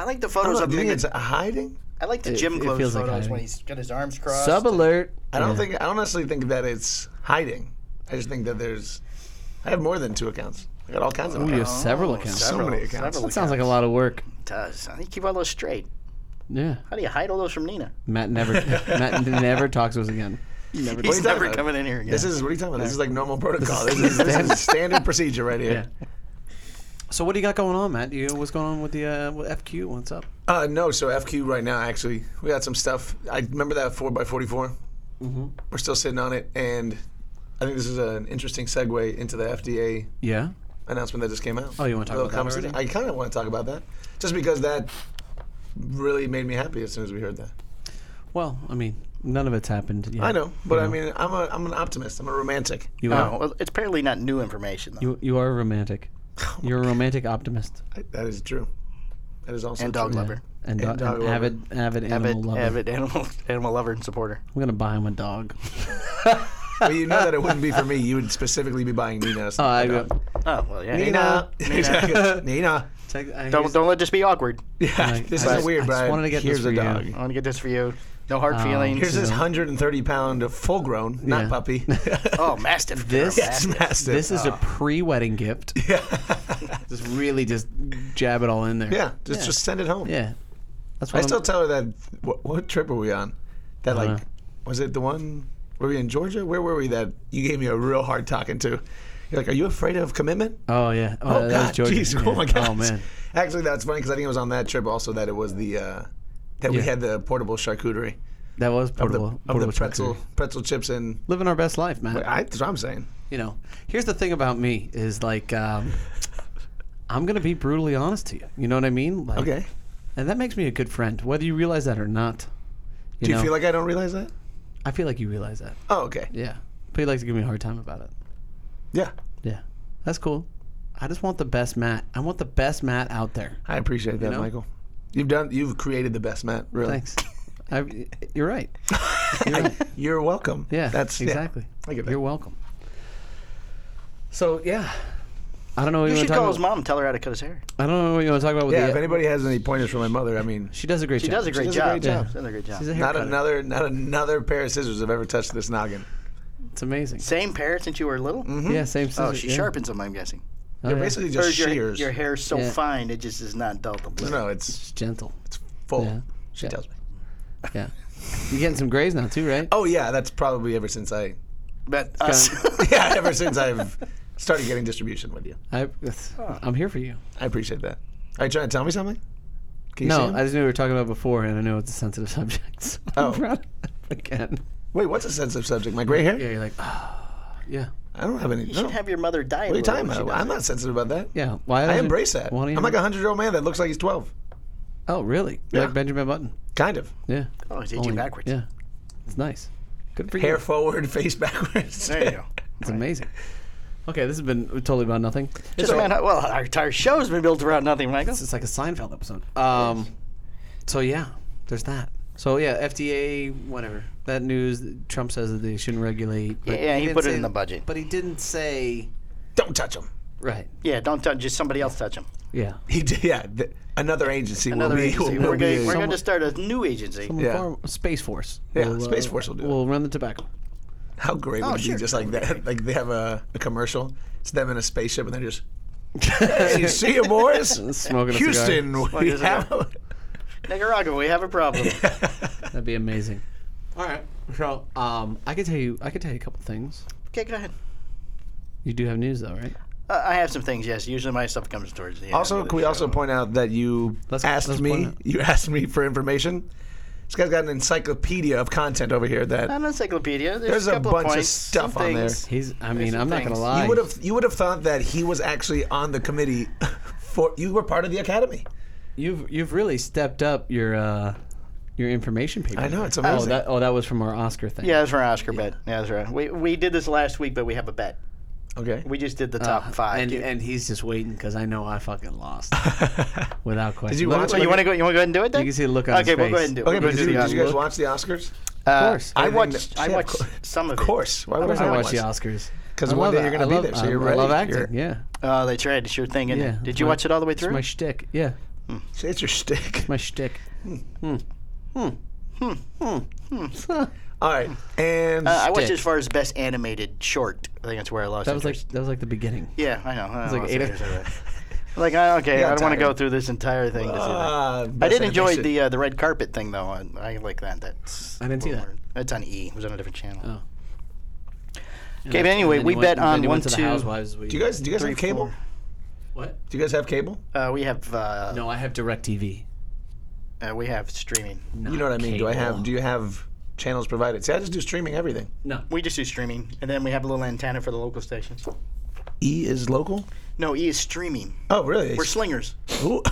Speaker 2: I like the
Speaker 1: I don't
Speaker 2: photos
Speaker 1: know,
Speaker 2: of
Speaker 1: do you
Speaker 2: him.
Speaker 1: think
Speaker 2: in-
Speaker 1: it's hiding?
Speaker 2: I like the
Speaker 3: Oh, It-
Speaker 2: gym
Speaker 3: it
Speaker 2: clothes
Speaker 3: feels like
Speaker 2: photos
Speaker 3: hiding.
Speaker 2: when he's got his arms crossed.
Speaker 3: Sub alert.
Speaker 1: I don't
Speaker 3: Yeah.
Speaker 1: think. I don't necessarily think that it's hiding. I just think that there's. I have more than two accounts. I got all kinds of.
Speaker 3: Ooh, you have
Speaker 1: accounts.
Speaker 3: several accounts.
Speaker 1: so many Oh, accounts.
Speaker 3: That sounds like a lot of work.
Speaker 2: It does. How do you keep all those straight?
Speaker 3: Yeah.
Speaker 2: How do you hide all those from Nina?
Speaker 3: Matt never Matt never talks to us again. Never
Speaker 1: What are
Speaker 2: He's
Speaker 1: you talking
Speaker 2: never
Speaker 1: about?
Speaker 2: coming in here again.
Speaker 1: This is what are you talking about? This is like normal protocol. This is, this is standard procedure right here.
Speaker 3: So what do you got going on, Matt? You what's going on with the uh, with FQ? What's up?
Speaker 1: Uh, no, so FQ right now, actually. We got some stuff. I remember that 4x44.
Speaker 3: Mm-hmm.
Speaker 1: We're still sitting on it. And I think this is an interesting segue into the FDA
Speaker 3: Yeah.
Speaker 1: announcement that just came out.
Speaker 3: Oh, you wanna talk
Speaker 1: A little
Speaker 3: about that
Speaker 1: conversation. I kind of want to talk about that. Just because that really made me happy as soon as we heard that.
Speaker 3: Well, I mean, none of it's happened yet.
Speaker 1: I know, but
Speaker 3: Mm-hmm.
Speaker 1: I mean, I'm, a, I'm an optimist. I'm a romantic.
Speaker 3: You
Speaker 2: oh,
Speaker 3: are
Speaker 2: well, it's apparently not new information though.
Speaker 3: you, you are a romantic.
Speaker 1: Oh
Speaker 3: You're a romantic optimist
Speaker 1: I, that is true. That is also
Speaker 2: and
Speaker 1: true.
Speaker 2: dog lover,
Speaker 3: and,
Speaker 1: And
Speaker 3: do-
Speaker 1: dog
Speaker 3: an
Speaker 1: lover.
Speaker 3: avid avid animal
Speaker 2: avid,
Speaker 3: lover.
Speaker 2: avid animal animal lover and supporter.
Speaker 3: I'm gonna buy him a dog.
Speaker 1: But you know that it wouldn't be for me. You would specifically be buying Nina.
Speaker 3: Oh, I,
Speaker 2: Oh well, yeah.
Speaker 1: Nina.
Speaker 2: Nina.
Speaker 1: Exactly. Nina.
Speaker 2: don't don't let this be awkward.
Speaker 1: Yeah,
Speaker 3: Like,
Speaker 1: this
Speaker 3: I-
Speaker 1: is weird,
Speaker 3: I just
Speaker 1: but
Speaker 3: wanted to get this
Speaker 1: here's
Speaker 3: for
Speaker 1: a
Speaker 3: you.
Speaker 1: dog.
Speaker 2: I want to get this for you. No
Speaker 3: Uh,
Speaker 2: hard feelings.
Speaker 1: Here's this
Speaker 3: Yeah.
Speaker 1: 130 pound full grown, not
Speaker 3: Yeah.
Speaker 1: puppy.
Speaker 2: oh, mastiff.
Speaker 3: This-
Speaker 2: Girl,
Speaker 1: Yes,
Speaker 2: mastiff.
Speaker 1: mastiff.
Speaker 3: This is a pre-wedding gift. Yeah. just really just jab it all in there.
Speaker 1: yeah, just
Speaker 3: Yeah.
Speaker 1: just send it home.
Speaker 3: Yeah. That's
Speaker 1: I
Speaker 3: what
Speaker 1: still
Speaker 3: I'm,
Speaker 1: tell her that. What, what trip were we on? That like,
Speaker 3: know.
Speaker 1: was it the one? Were we in Georgia? Where were we? That you gave me a real hard talking to. You're like, are you afraid of commitment?
Speaker 3: Oh yeah. Oh,
Speaker 1: Oh
Speaker 3: that was
Speaker 1: God,
Speaker 3: Georgia.
Speaker 1: jeez,
Speaker 3: Yeah.
Speaker 1: oh my God.
Speaker 3: Oh man.
Speaker 1: Actually, that's funny because I think it was on that trip also that it was the. Uh, that we
Speaker 3: Yeah.
Speaker 1: had the portable charcuterie
Speaker 3: That was
Speaker 1: of the,
Speaker 3: portable.
Speaker 1: of
Speaker 3: portable
Speaker 1: the pretzel
Speaker 3: charcuterie.
Speaker 1: pretzel chips and
Speaker 3: Living our best life, man.
Speaker 1: I, that's what I'm saying.
Speaker 3: you know, here's the thing about me is like, um, I'm gonna be brutally honest to you. You know what I mean? Like,
Speaker 1: Okay,
Speaker 3: And that makes me a good friend, whether you realize that or not. You
Speaker 1: do you
Speaker 3: know,
Speaker 1: feel like I don't realize that?
Speaker 3: I feel like you realize that.
Speaker 1: Oh, okay,
Speaker 3: Yeah. But you like to give me a hard time about it.
Speaker 1: yeah,
Speaker 3: Yeah. That's cool. I just want the best Matt. I want the best Matt out there.
Speaker 1: I appreciate that,
Speaker 3: know?
Speaker 1: Michael. You've done. You've created the best, Matt. Really.
Speaker 3: Thanks. I, you're right. You're right.
Speaker 1: You're welcome.
Speaker 3: Yeah,
Speaker 1: That's yeah.
Speaker 3: exactly.
Speaker 1: I get that.
Speaker 3: You're welcome. So yeah, I don't know. What
Speaker 2: You
Speaker 3: you,
Speaker 2: should
Speaker 3: want to
Speaker 2: call
Speaker 3: talk
Speaker 2: his
Speaker 3: about.
Speaker 2: mom. and Tell her how to cut his hair.
Speaker 3: I don't know what you want to talk about. With
Speaker 1: Yeah.
Speaker 3: the,
Speaker 1: If anybody has any pointers for my mother, I mean,
Speaker 3: she does a great
Speaker 2: She
Speaker 3: job.
Speaker 2: does a great
Speaker 1: does a
Speaker 2: job.
Speaker 1: great job.
Speaker 2: She does a great job.
Speaker 3: She's a
Speaker 1: not
Speaker 3: haircutter.
Speaker 1: another, not another pair of scissors have ever touched this noggin. Mm-hmm.
Speaker 3: It's amazing.
Speaker 2: Same pair since you were little.
Speaker 1: Hmm?
Speaker 3: Yeah, same.
Speaker 2: Oh,
Speaker 3: scissors,
Speaker 2: she
Speaker 3: Mm, yeah.
Speaker 2: sharpens them. I'm guessing.
Speaker 3: Oh,
Speaker 1: They're
Speaker 3: yeah.
Speaker 1: basically
Speaker 2: Or
Speaker 1: just
Speaker 2: is your,
Speaker 1: shears.
Speaker 2: your hair's so
Speaker 3: Yeah.
Speaker 2: fine it just is not dealt the blade.
Speaker 1: no, it's
Speaker 3: It's gentle.
Speaker 1: full.
Speaker 3: Yeah.
Speaker 1: She
Speaker 3: Yeah.
Speaker 1: tells me.
Speaker 3: Yeah. You're getting some grays now too, right?
Speaker 1: Oh yeah, that's probably ever since I
Speaker 2: But us,
Speaker 1: yeah ever since I've started getting distribution with you.
Speaker 3: I, that's- I'm here for you.
Speaker 1: I appreciate that. Are you trying to tell me something? Can you see
Speaker 3: No,
Speaker 1: him?
Speaker 3: I just knew we were talking about before, and I know it's a sensitive subject. So
Speaker 1: Oh.
Speaker 3: I brought it up again.
Speaker 1: Wait, what's a sensitive subject? My gray hair?
Speaker 3: Yeah, you're like, oh,
Speaker 1: "Ah."
Speaker 3: yeah,
Speaker 1: I don't have any.
Speaker 2: you
Speaker 1: no.
Speaker 2: should have your mother die.
Speaker 1: what are you talking about? I'm not sensitive about that.
Speaker 3: yeah. Why?
Speaker 1: I
Speaker 3: doesn't-
Speaker 1: embrace that.
Speaker 3: why don't you
Speaker 1: I'm like a hundred year old man that looks like he's twelve.
Speaker 3: Oh, really? You're
Speaker 1: Yeah.
Speaker 3: Like Benjamin Button.
Speaker 1: Kind of.
Speaker 3: Yeah.
Speaker 2: Oh, he's aging
Speaker 3: Only-
Speaker 2: backwards.
Speaker 3: Yeah. It's nice. Good for
Speaker 1: Hair
Speaker 3: you.
Speaker 1: forward, face backwards.
Speaker 2: There you go.
Speaker 3: It's amazing. Okay, this has been totally about nothing.
Speaker 2: Just man, how- well, our entire show's been built around nothing, Michael.
Speaker 3: It's like a Seinfeld episode. Um, so yeah, there's that. So yeah, FDA, whatever. That news, Trump says that they shouldn't regulate. but
Speaker 2: Yeah, he
Speaker 3: didn't
Speaker 2: put it
Speaker 3: say-
Speaker 2: in the budget.
Speaker 3: But he didn't say.
Speaker 1: Don't touch him.
Speaker 3: Right.
Speaker 2: Yeah, don't touch. Just somebody else touch him.
Speaker 3: Yeah.
Speaker 1: He did, yeah. th another agency
Speaker 2: Another
Speaker 1: will be.
Speaker 2: agency.
Speaker 1: will
Speaker 2: We're
Speaker 1: be
Speaker 2: going, we're
Speaker 1: a-
Speaker 2: going to start a new agency.
Speaker 3: Some
Speaker 1: Yeah.
Speaker 3: farm- Space Force.
Speaker 1: Yeah, Space Force will do it.
Speaker 3: We'll run the tobacco.
Speaker 1: How great would
Speaker 2: Oh,
Speaker 1: it be
Speaker 2: sure.
Speaker 1: just like that? Like they have a, a commercial. It's them in a spaceship and they're just. hey, see you, boys.
Speaker 3: Smoking a cigar.
Speaker 1: Houston, we
Speaker 2: a cigar.
Speaker 1: have.
Speaker 2: Nicaragua, we have a problem.
Speaker 3: That'd be amazing. All right. So um, I could tell you. I could tell you a couple things.
Speaker 2: Okay, go ahead.
Speaker 3: You do have news though, right?
Speaker 2: Uh, I have some things. Yes, usually my stuff comes towards the end.
Speaker 1: Also,
Speaker 2: of the
Speaker 1: can we
Speaker 2: show.
Speaker 1: also point out that you
Speaker 3: Let's-
Speaker 1: asked
Speaker 3: let's point
Speaker 1: me?
Speaker 3: out.
Speaker 1: You asked me for information. This guy's got an encyclopedia of content over here that
Speaker 2: Not an encyclopedia. There's,
Speaker 1: There's a
Speaker 2: couple
Speaker 1: bunch of
Speaker 2: points,
Speaker 1: stuff
Speaker 2: some
Speaker 1: on there.
Speaker 2: things.
Speaker 3: He's. I mean,
Speaker 2: some
Speaker 3: I'm not
Speaker 2: things.
Speaker 3: gonna lie.
Speaker 1: you would have you would have thought that he was actually on the committee for you were part of the academy.
Speaker 3: You've you've really stepped up your uh, your information paper.
Speaker 1: I know, it's
Speaker 3: Oh,
Speaker 1: amazing.
Speaker 3: that oh that was from our Oscar thing.
Speaker 2: Yeah, that's for our Oscar bet. Yeah, that's right. We we did this last week, but we have a bet.
Speaker 1: Okay.
Speaker 2: We just did the top
Speaker 1: Uh,
Speaker 2: five.
Speaker 3: And
Speaker 2: You-
Speaker 3: and he's just waiting because I know I fucking lost without question.
Speaker 1: you
Speaker 3: Let me-
Speaker 1: watch
Speaker 2: so you
Speaker 1: like-
Speaker 2: want to go? You want to go ahead and do it? Then
Speaker 3: You can see the look on his
Speaker 2: Okay, we'll go
Speaker 3: face.
Speaker 2: ahead and do it.
Speaker 1: Okay,
Speaker 2: We'll
Speaker 1: but did,
Speaker 2: go do
Speaker 1: you-
Speaker 2: the
Speaker 1: did you guys
Speaker 2: Oscars.
Speaker 1: watch the Oscars?
Speaker 2: Uh,
Speaker 3: course.
Speaker 2: I
Speaker 1: Everything
Speaker 2: watched.
Speaker 1: that-
Speaker 2: I
Speaker 1: yeah, of
Speaker 2: watched
Speaker 1: course.
Speaker 2: some of it.
Speaker 1: Of course. Why would
Speaker 3: Of course I
Speaker 1: not
Speaker 3: watch the Oscars.
Speaker 1: 'Cause
Speaker 3: I
Speaker 1: one
Speaker 3: love
Speaker 1: day
Speaker 3: it.
Speaker 1: you're gonna
Speaker 3: I
Speaker 1: be
Speaker 3: love-
Speaker 1: there, so
Speaker 3: I-
Speaker 1: you're
Speaker 3: I love
Speaker 1: ready.
Speaker 3: acting.
Speaker 1: You're-
Speaker 3: yeah.
Speaker 2: Oh, they tried to sure thing.
Speaker 3: Yeah.
Speaker 2: Yeah, did
Speaker 3: it's
Speaker 2: you
Speaker 3: my-
Speaker 2: watch it all the way
Speaker 3: It's
Speaker 2: through?
Speaker 3: my shtick. Yeah.
Speaker 1: See, it's your stick.
Speaker 3: My shtick.
Speaker 1: Hmm. All right, and
Speaker 2: Uh, I watched
Speaker 3: Stick.
Speaker 2: as far as best animated short. I think that's where I lost.
Speaker 3: That was like
Speaker 2: interest.
Speaker 3: that was like the beginning.
Speaker 2: Yeah, I know. I
Speaker 3: like
Speaker 2: lost
Speaker 3: eight-
Speaker 2: interest over that. Like I, okay, I don't want to
Speaker 1: tired.
Speaker 2: go through this entire thing. to see that.
Speaker 1: uh,
Speaker 2: I
Speaker 1: best
Speaker 2: did enjoy
Speaker 1: animation.
Speaker 2: the uh, the red carpet thing though. I, I like that. That's
Speaker 3: I didn't see
Speaker 2: a little
Speaker 3: that.
Speaker 2: more- That's on E. It was on a different channel.
Speaker 3: Oh.
Speaker 2: Okay, but anyway,
Speaker 3: And then
Speaker 2: we
Speaker 3: he
Speaker 2: bet
Speaker 3: went,
Speaker 2: on
Speaker 3: then he
Speaker 2: one,
Speaker 3: went to
Speaker 2: two-
Speaker 3: the housewives. We,
Speaker 1: Do you guys do you guys
Speaker 2: three,
Speaker 1: have cable?
Speaker 2: four.
Speaker 3: what?
Speaker 1: Do you guys have cable?
Speaker 2: Uh, we have uh,
Speaker 3: No, I have DirecTV.
Speaker 2: uh, we have streaming.
Speaker 1: You know what I mean. Do I have do you have channels provided? See, I just do streaming everything.
Speaker 3: No.
Speaker 2: We just do streaming, and then we have a little antenna for the local stations.
Speaker 1: E is local.
Speaker 2: No, E is streaming.
Speaker 1: Oh, really?
Speaker 2: We're slingers.
Speaker 1: Ooh.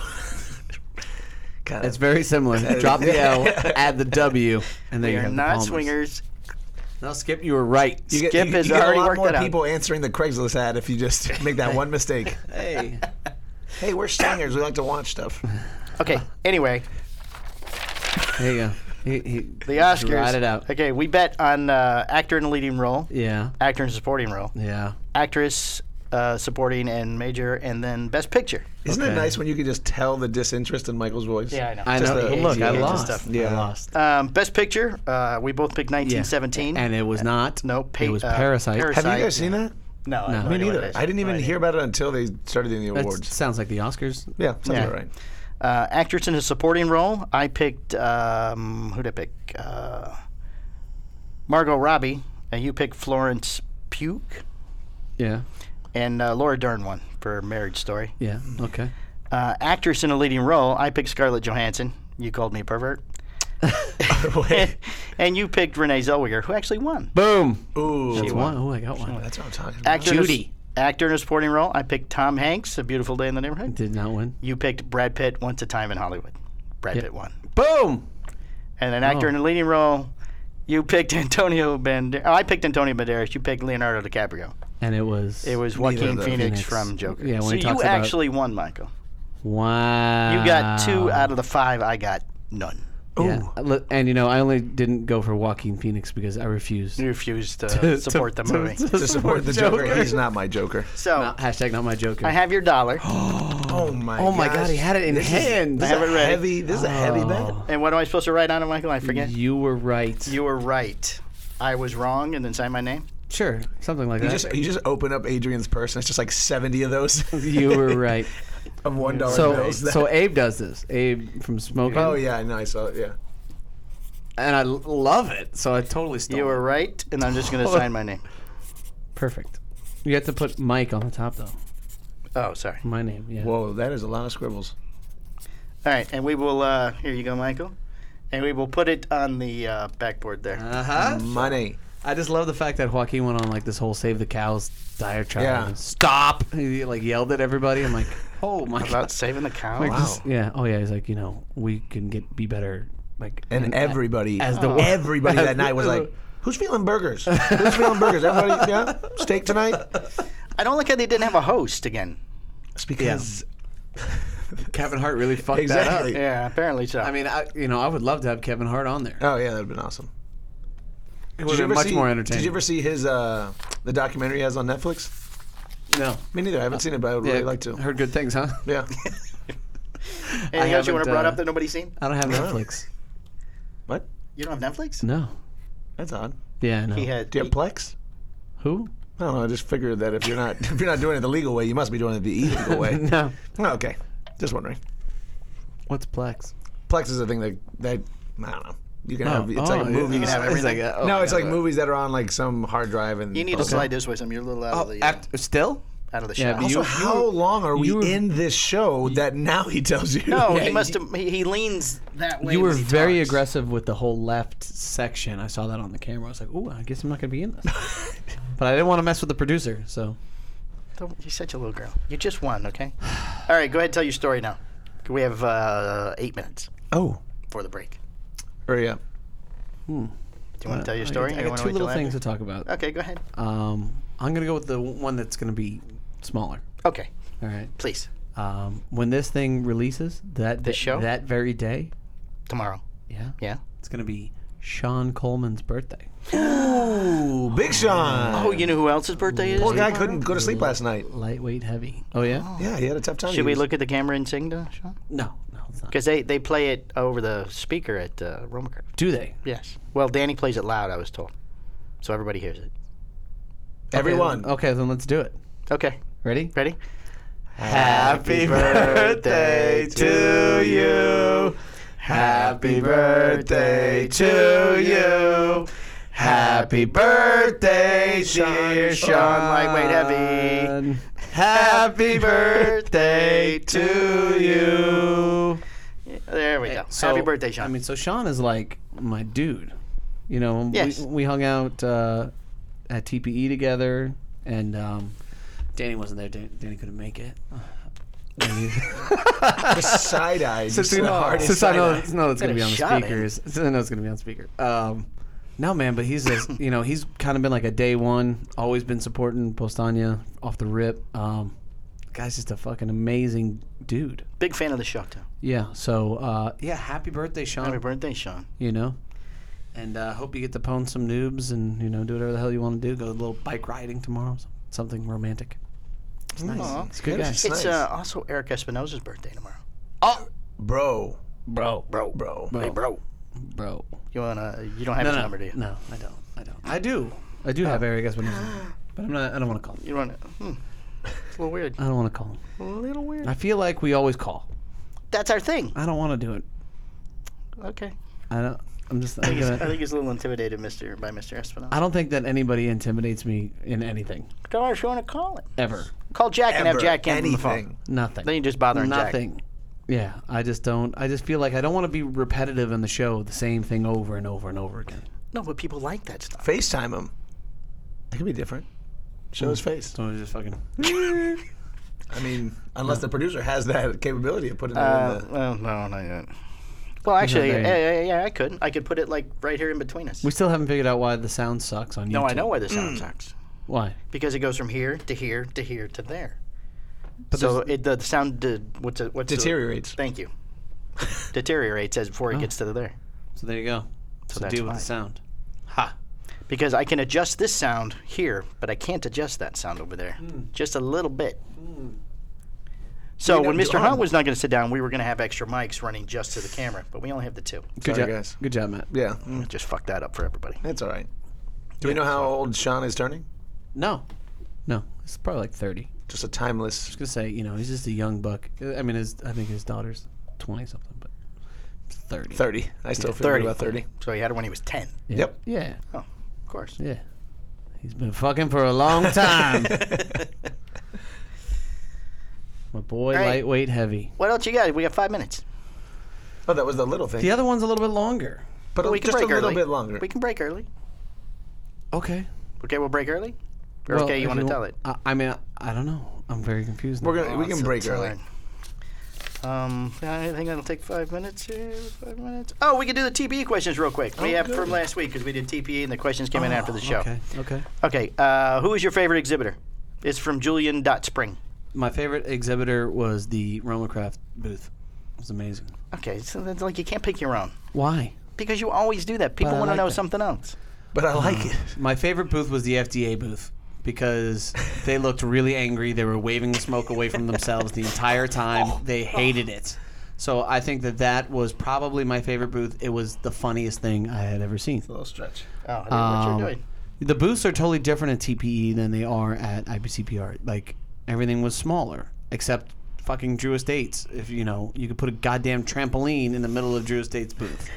Speaker 1: God,
Speaker 3: It's very similar. Drop the L, add the W, and there
Speaker 2: We
Speaker 3: you
Speaker 2: are
Speaker 3: have the
Speaker 2: not
Speaker 3: polymers.
Speaker 2: swingers.
Speaker 3: No, Skip, you were right.
Speaker 1: you get,
Speaker 2: Skip
Speaker 1: you,
Speaker 2: has
Speaker 1: you get
Speaker 2: already
Speaker 1: a lot
Speaker 2: worked
Speaker 1: more
Speaker 2: that out.
Speaker 1: people answering the Craigslist ad if you just make that one mistake.
Speaker 3: Hey.
Speaker 1: hey, we're slingers. We like to watch stuff.
Speaker 2: Okay. Anyway,
Speaker 3: There you go. He, he
Speaker 2: the Oscars.
Speaker 3: Ride it out.
Speaker 2: Okay, we bet on uh, actor in a leading role,
Speaker 3: Yeah.
Speaker 2: actor in supporting role,
Speaker 3: Yeah.
Speaker 2: actress uh, supporting and major, and then best picture.
Speaker 1: Isn't it
Speaker 3: Okay.
Speaker 1: nice when you can just tell the disinterest in Michael's voice?
Speaker 2: Yeah, I know.
Speaker 3: I
Speaker 1: Just
Speaker 3: know.
Speaker 1: the-
Speaker 3: Well, look,
Speaker 1: yeah,
Speaker 3: I
Speaker 1: just
Speaker 3: lost.
Speaker 2: stuff.
Speaker 3: I
Speaker 1: Yeah.
Speaker 3: lost.
Speaker 2: Um, best picture, uh, we both picked 1917.
Speaker 3: And it was not.
Speaker 2: no, pa-
Speaker 3: it was
Speaker 2: uh,
Speaker 3: Parasite.
Speaker 2: Paras-
Speaker 1: Have you
Speaker 2: Side,
Speaker 1: guys seen that?
Speaker 2: no, I have no
Speaker 3: No. Me
Speaker 1: Me
Speaker 2: idea what it
Speaker 1: neither.
Speaker 2: is.
Speaker 1: I didn't
Speaker 2: No
Speaker 1: even
Speaker 2: idea.
Speaker 1: hear about it until they started doing the
Speaker 3: That
Speaker 1: awards.
Speaker 3: sounds like the Oscars.
Speaker 1: Yeah, sounds
Speaker 2: Yeah.
Speaker 1: about right.
Speaker 2: Uh, actress in a supporting role, I picked um, who did I pick? Uh, Margot Robbie, and you picked Florence Pugh,
Speaker 3: Yeah.
Speaker 2: and uh, Laura Dern won for Marriage Story.
Speaker 3: Yeah. Okay.
Speaker 2: Uh, actress in a leading role, I picked Scarlett Johansson. You called me a pervert,
Speaker 1: Wait.
Speaker 2: and you picked Renee Zellweger, who actually won.
Speaker 3: Boom.
Speaker 1: Ooh,
Speaker 3: That's one. Oh, I got one.
Speaker 1: that's what I'm talking about.
Speaker 2: Actor in a s-
Speaker 3: Judy.
Speaker 2: actor in a supporting role, I picked Tom Hanks, A Beautiful Day in the Neighborhood.
Speaker 3: Did not win.
Speaker 2: You picked Brad Pitt, Once a Time in Hollywood. Brad Pitt won.
Speaker 3: Boom.
Speaker 2: And an actor
Speaker 3: Oh.
Speaker 2: in a leading role, you picked Antonio Banderas. Oh, I picked Antonio Banderas. You picked Leonardo DiCaprio.
Speaker 3: And it was.
Speaker 2: It was
Speaker 1: Neither
Speaker 2: Joaquin
Speaker 1: of those.
Speaker 2: Phoenix,
Speaker 3: Phoenix.
Speaker 2: from Joker.
Speaker 3: Yeah, when
Speaker 2: so
Speaker 3: he
Speaker 2: you
Speaker 3: talks about-
Speaker 2: actually won, Michael.
Speaker 3: Wow.
Speaker 2: You got two
Speaker 3: Ah.
Speaker 2: out of the five. I got none.
Speaker 3: Yeah. Look, And you know, I only didn't go for Joaquin Phoenix because I refused.
Speaker 2: You refused to support the movie.
Speaker 1: to support the Joker. He's not my Joker.
Speaker 2: so
Speaker 3: Not- hashtag not my Joker.
Speaker 2: I have your dollar.
Speaker 1: Oh my.
Speaker 3: Oh my God, he had it Oh. in
Speaker 1: this
Speaker 3: hand.
Speaker 1: Is, this
Speaker 2: I have
Speaker 1: is
Speaker 2: it
Speaker 1: a
Speaker 2: ready.
Speaker 1: heavy. This is a heavy bet.
Speaker 2: and what am I supposed to write on it, Michael? I forget.
Speaker 3: you were right.
Speaker 2: You were right. I was wrong, and then sign my name.
Speaker 3: sure, something like
Speaker 1: You
Speaker 3: that.
Speaker 1: just you just open up Adrian's purse and it's just like seventy of those
Speaker 3: you were right.
Speaker 1: of one dollar
Speaker 3: So,
Speaker 1: bills.
Speaker 3: so Abe does this. Abe from Smoking.
Speaker 1: oh yeah, no, I saw it. Yeah,
Speaker 3: and I l- love it. So I totally stole.
Speaker 2: You
Speaker 3: it.
Speaker 2: were right, and I'm just gonna sign my name.
Speaker 3: perfect. You have to put Mike on the top though.
Speaker 2: Oh, sorry.
Speaker 3: My name. Yeah.
Speaker 1: Whoa, that is a lot of scribbles.
Speaker 2: All right, and we will. Uh, here you go, Michael. And we will put it on the uh, backboard there.
Speaker 3: Uh huh.
Speaker 1: Money.
Speaker 3: I just love the fact that Joaquin went on like this whole "Save the Cows" diatribe.
Speaker 1: Yeah.
Speaker 3: and, Stop! He like yelled at everybody. I'm like, oh my god.
Speaker 2: About saving the cow.
Speaker 1: Wow.
Speaker 3: Just- Yeah. Oh yeah. He's like, you know, we can get be better. Like
Speaker 1: And, everybody,
Speaker 3: as the-
Speaker 1: everybody
Speaker 3: as
Speaker 1: that night was
Speaker 3: the-
Speaker 1: like, "Who's feeling burgers? Who's feeling burgers? Everybody, yeah, steak tonight."
Speaker 2: I don't like how they didn't have a host again.
Speaker 1: It's because
Speaker 3: Kevin Hart really fucked
Speaker 1: exactly.
Speaker 3: that up.
Speaker 2: Yeah, apparently so.
Speaker 3: I mean, I you know, I would love to have Kevin Hart on there.
Speaker 1: Oh yeah, that'd been awesome.
Speaker 3: It
Speaker 1: Did
Speaker 3: would
Speaker 1: you
Speaker 3: have
Speaker 1: ever
Speaker 3: been much
Speaker 1: see-
Speaker 3: more entertaining.
Speaker 1: Did you ever see his uh, the documentary he has on Netflix?
Speaker 3: No.
Speaker 1: Me neither. I haven't seen it, but I would really like to.
Speaker 3: Heard good things, huh?
Speaker 1: Yeah.
Speaker 2: Anything else you want to
Speaker 3: haven't,
Speaker 2: brought
Speaker 3: uh,
Speaker 2: up that nobody's seen?
Speaker 3: I don't have
Speaker 1: No.
Speaker 3: Netflix.
Speaker 1: what?
Speaker 2: You don't have Netflix?
Speaker 3: No.
Speaker 1: That's odd.
Speaker 3: Yeah. No.
Speaker 2: He had.
Speaker 1: Do you have Plex?
Speaker 3: Who?
Speaker 1: I don't know. I just figured that if you're not if you're not doing it the legal way, you must be doing it the illegal way.
Speaker 3: No.
Speaker 1: oh, okay. Just wondering.
Speaker 3: What's Plex?
Speaker 1: Plex is a thing that that I don't know. You can
Speaker 3: Oh,
Speaker 1: have. It's like
Speaker 3: oh,
Speaker 1: movies.
Speaker 2: can have
Speaker 3: it's like, uh, oh
Speaker 1: no,
Speaker 3: my
Speaker 1: it's
Speaker 3: God.
Speaker 1: like movies that are on like some hard drive and.
Speaker 2: you need to slide this way, Sam. You're a little out of
Speaker 3: Oh,
Speaker 2: the uh,
Speaker 3: act- still?
Speaker 2: out of the
Speaker 3: Yeah,
Speaker 2: shot.
Speaker 3: but
Speaker 1: Also,
Speaker 3: you-
Speaker 1: how long are we
Speaker 3: you were-
Speaker 1: in this show that now he tells you?
Speaker 2: no,
Speaker 3: Yeah,
Speaker 2: he must have. He, he leans that way.
Speaker 3: You
Speaker 2: when
Speaker 3: were
Speaker 2: he
Speaker 3: very
Speaker 2: talks.
Speaker 3: aggressive with the whole left section. I saw that on the camera. I was like, "Ooh, I guess I'm not going to be in this." but I didn't want to mess with the producer, so
Speaker 2: Don't- You're such a little girl. You just won, okay? All right, go ahead and tell your story now. We have uh, eight minutes
Speaker 1: Oh,
Speaker 2: for the break.
Speaker 1: hurry up.
Speaker 2: Do you want to tell your
Speaker 3: Uh, I got-
Speaker 2: story?
Speaker 3: I
Speaker 2: or you
Speaker 3: got
Speaker 2: wanna
Speaker 3: two
Speaker 2: wait till
Speaker 3: little things
Speaker 2: after?
Speaker 3: to talk about.
Speaker 2: Okay, go ahead.
Speaker 3: Um, I'm going to go with the one that's going to be smaller.
Speaker 2: Okay,
Speaker 3: All right.
Speaker 2: please.
Speaker 3: Um, when this thing releases, that the
Speaker 2: show?
Speaker 3: that very day,
Speaker 2: Tomorrow.
Speaker 3: yeah,
Speaker 2: Yeah.
Speaker 3: it's going to be Sean Coleman's birthday.
Speaker 1: Ooh, Big Sean.
Speaker 2: Oh, you know who else's birthday it is?
Speaker 1: Poor guy couldn't go to sleep last night.
Speaker 3: Lightweight, heavy. Oh yeah.
Speaker 1: Yeah, he had a tough time.
Speaker 2: Should
Speaker 1: He
Speaker 2: we
Speaker 1: was-
Speaker 2: look at the camera and sing to Sean?
Speaker 3: No, no, it's not.
Speaker 2: Because they, they play it over the speaker at uh, Romacur.
Speaker 3: Do they?
Speaker 2: Yes. Well, Danny plays it loud, I was told. So everybody hears it.
Speaker 1: Everyone.
Speaker 3: Okay, then let's do it.
Speaker 2: Okay,
Speaker 3: Ready?
Speaker 2: ready?
Speaker 3: Happy birthday to you. Happy birthday to you. Happy birthday, dear Sean
Speaker 2: Lightweight Heavy.
Speaker 3: Happy birthday to you.
Speaker 2: There we go. Happy birthday, Sean.
Speaker 3: I mean, so Sean is like my dude. You know,
Speaker 2: Yes.
Speaker 3: we, we hung out uh, at TPE together, and um, Danny wasn't there. Dan- Danny couldn't make it.
Speaker 1: Side eyed.
Speaker 3: since we know, Oh. since I know, no, it's gonna be on
Speaker 2: Gotta
Speaker 3: the
Speaker 2: shot it.
Speaker 3: speakers. Since I know it's gonna be on speaker. Um, no, man, but he's just, you know, he's kind of been like a day one. Always been supporting Postania off the rip. Um, guy's just a fucking amazing dude.
Speaker 2: Big fan of the show, too.
Speaker 3: Yeah. So uh, yeah, happy birthday, Sean.
Speaker 2: Happy birthday, Sean.
Speaker 3: you know, and uh, hope you get to pwn some noobs and you know do whatever the hell you want to do. Go a little bike riding tomorrow. s- Something romantic. It's nice.
Speaker 2: Aw.
Speaker 3: It's a good guy.
Speaker 1: It's
Speaker 2: It's
Speaker 1: nice.
Speaker 2: uh, also Eric Espinosa's birthday tomorrow.
Speaker 3: Oh!
Speaker 1: Bro.
Speaker 3: bro,
Speaker 2: Bro,
Speaker 1: Bro.
Speaker 2: Hey, bro.
Speaker 3: bro.
Speaker 2: You wanna? You don't have
Speaker 3: No,
Speaker 2: his
Speaker 3: no,
Speaker 2: number, do you?
Speaker 3: no, I don't. I don't. I do. Oh. I do have Eric Espinosa, but I'm not. I don't want to call. Him.
Speaker 2: You want? Hmm. It's a little weird.
Speaker 3: I don't want to call him.
Speaker 2: A little weird.
Speaker 3: I feel like we always call.
Speaker 2: That's our thing.
Speaker 3: I don't want to do it.
Speaker 2: Okay.
Speaker 3: I don't. I'm just. I'm
Speaker 2: He's- I
Speaker 3: gonna,
Speaker 2: think he's a little intimidated, Mister, by Mister Espinosa.
Speaker 3: I don't think that anybody intimidates me in anything
Speaker 2: Tell her if you wanna call him.
Speaker 3: ever.
Speaker 2: Call Jack and have
Speaker 1: Ever.
Speaker 2: Jack answer the phone.
Speaker 1: Anything.
Speaker 3: Nothing.
Speaker 2: Then you're just bothering Jack.
Speaker 3: Nothing. Yeah, I just don't. I just feel like I don't want to be repetitive in the show, the same thing over and over and over again.
Speaker 2: No, but people like that stuff.
Speaker 1: FaceTime him. It could be different. Show his face.
Speaker 3: So I just fucking.
Speaker 1: I mean, unless the producer has that capability of putting it
Speaker 2: Uh,
Speaker 1: in the.
Speaker 2: well, no, not yet. Well, actually, yeah,
Speaker 3: there yet.
Speaker 2: yeah, yeah, I could. I could put it like right here in between us.
Speaker 3: We still haven't figured out why the sound sucks on YouTube.
Speaker 2: no, I know why the sound sucks.
Speaker 3: Why?
Speaker 2: Because it goes from here to here to here to there.
Speaker 3: But
Speaker 2: so it, the, the sound did, what's it, what's the-
Speaker 1: Deteriorates.
Speaker 2: thank you. Deteriorates as before it gets to the there.
Speaker 3: So there you go. So,
Speaker 2: that's
Speaker 3: deal with
Speaker 2: why.
Speaker 3: the sound.
Speaker 2: Because I can adjust this sound here, but I can't adjust that sound over there. Just a little bit. So
Speaker 1: We
Speaker 2: when
Speaker 1: know-
Speaker 2: Mr. Hunt was not going to sit down, we were going to have extra mics running just to the camera, but we only have the two.
Speaker 3: Good
Speaker 1: Sorry,
Speaker 3: job,
Speaker 1: guys.
Speaker 3: Good job, Matt.
Speaker 1: Yeah, mm,
Speaker 2: Just fuck that up for everybody.
Speaker 1: it's all right. Do we know how old Sean is turning?
Speaker 3: No, no, it's probably like thirty.
Speaker 1: Just a timeless.
Speaker 3: Just gonna say, you know, he's just a young buck. I mean, his I think his daughter's twenty something, but thirty.
Speaker 1: 30. I still feel
Speaker 2: 30.
Speaker 1: good about 30.
Speaker 2: So he had it when he was 10.
Speaker 1: Yep.
Speaker 3: Yeah.
Speaker 2: Oh, of course.
Speaker 3: Yeah. He's been fucking for a long time. Um, My boy,
Speaker 2: right.
Speaker 3: lightweight, heavy.
Speaker 2: What else you got? We got five minutes.
Speaker 1: Oh, that was the little thing.
Speaker 3: The other one's a little bit longer.
Speaker 1: But
Speaker 2: we can
Speaker 1: just a
Speaker 2: break
Speaker 1: little
Speaker 2: early.
Speaker 1: bit longer.
Speaker 2: We can break early.
Speaker 3: Okay.
Speaker 2: Okay, we'll break early? Or okay, you want to tell it?
Speaker 3: I, I mean, I, I don't know. I'm very confused. now.
Speaker 1: We're gonna, we
Speaker 2: Lots
Speaker 1: can
Speaker 2: of
Speaker 1: break early.
Speaker 2: time. Um, I think it'll take five minutes here. Five minutes. Oh, we can do the TPE questions real quick. We
Speaker 1: Oh,
Speaker 2: have
Speaker 1: good.
Speaker 2: from last week because we did TPE and the questions came in after the show.
Speaker 3: Oh, Okay. Okay.
Speaker 2: Okay, uh, who is your favorite exhibitor? It's from Julian Dot Spring.
Speaker 3: My favorite exhibitor was the Romacraft booth. It was amazing.
Speaker 2: Okay, so that's like you can't pick your own
Speaker 3: Why?
Speaker 2: because you always do that. People
Speaker 3: I
Speaker 2: want to
Speaker 3: like
Speaker 2: know
Speaker 3: that.
Speaker 2: something else.
Speaker 1: But I like it.
Speaker 3: My favorite booth was the FDA booth because they looked really angry. They were waving the smoke away from themselves the entire time. They hated it. So I think that that was probably my favorite booth. It was the funniest thing I had ever seen.
Speaker 1: A little stretch.
Speaker 2: Oh, I know what
Speaker 3: Um,
Speaker 2: you're doing.
Speaker 3: The booths are totally different at TPE than they are at IBCPR. Like everything was smaller, except fucking Drew Estates. If you know, you could put a goddamn trampoline in the middle of Drew Estates' booth.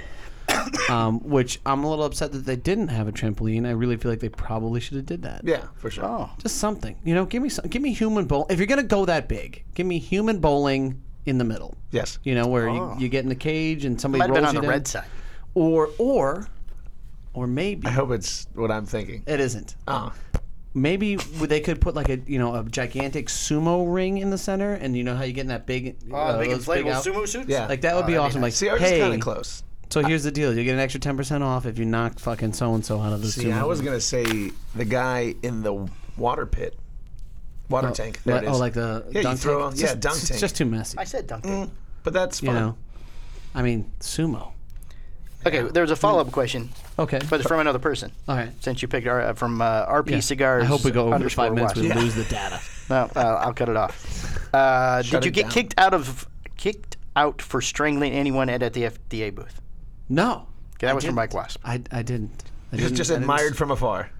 Speaker 3: um, which I'm a little upset that they didn't have a trampoline. I really feel like they probably should have did that.
Speaker 1: Yeah, for sure.
Speaker 2: Oh,
Speaker 3: Just something, you know. Give me some. Give me human bowl. If you're gonna go that big, give me human bowling in the middle.
Speaker 1: Yes.
Speaker 3: You know where
Speaker 2: Oh.
Speaker 3: you, you get in the cage and somebody
Speaker 2: might have
Speaker 3: rolls
Speaker 2: been on
Speaker 3: you
Speaker 2: the
Speaker 3: down.
Speaker 2: red side.
Speaker 3: Or or or maybe
Speaker 1: I hope it's what I'm thinking.
Speaker 3: it isn't.
Speaker 1: Oh.
Speaker 3: maybe they could put like a you know a gigantic sumo ring in the center, and you know how you get in that big
Speaker 1: Oh,
Speaker 3: uh, those big out-
Speaker 2: suits.
Speaker 1: Yeah.
Speaker 3: Like that would be awesome. Like
Speaker 1: Ah. See, ours is
Speaker 3: hey,
Speaker 1: kind of close.
Speaker 3: so here's the deal: you get an extra ten percent off if you knock fucking so and so out of the
Speaker 1: See,
Speaker 3: sumo.
Speaker 1: I was
Speaker 3: ring.
Speaker 1: going to say the guy in the water pit, water tank. There
Speaker 3: Like-
Speaker 1: it is.
Speaker 3: oh, like the
Speaker 1: Yeah, you
Speaker 3: dunk
Speaker 1: throw-
Speaker 3: tank? It's
Speaker 1: yeah,
Speaker 3: just,
Speaker 1: dunk
Speaker 3: it's
Speaker 1: tank.
Speaker 3: just too messy.
Speaker 2: I said Duncan.
Speaker 1: but that's
Speaker 3: you
Speaker 1: fun.
Speaker 3: know, I mean sumo.
Speaker 2: Okay, there was a follow up question,
Speaker 3: Okay,
Speaker 2: but it's from another person.
Speaker 3: all right.
Speaker 2: Since you picked our, uh, from uh, RP Cigars,
Speaker 3: I hope we go over
Speaker 2: underscore
Speaker 3: five minutes.
Speaker 2: watch.
Speaker 3: We lose the data.
Speaker 2: No, uh, I'll cut it off. Uh, did
Speaker 1: Shut
Speaker 2: you
Speaker 1: it
Speaker 2: get
Speaker 1: down.
Speaker 2: kicked out of kicked out for strangling anyone at, at the FDA booth?
Speaker 3: No,
Speaker 2: 'Kay, that was from
Speaker 3: didn't.
Speaker 2: Mike Wasp.
Speaker 3: I, I didn't. I
Speaker 1: Just,
Speaker 3: didn't-
Speaker 1: just
Speaker 3: I didn't-
Speaker 1: admired from afar.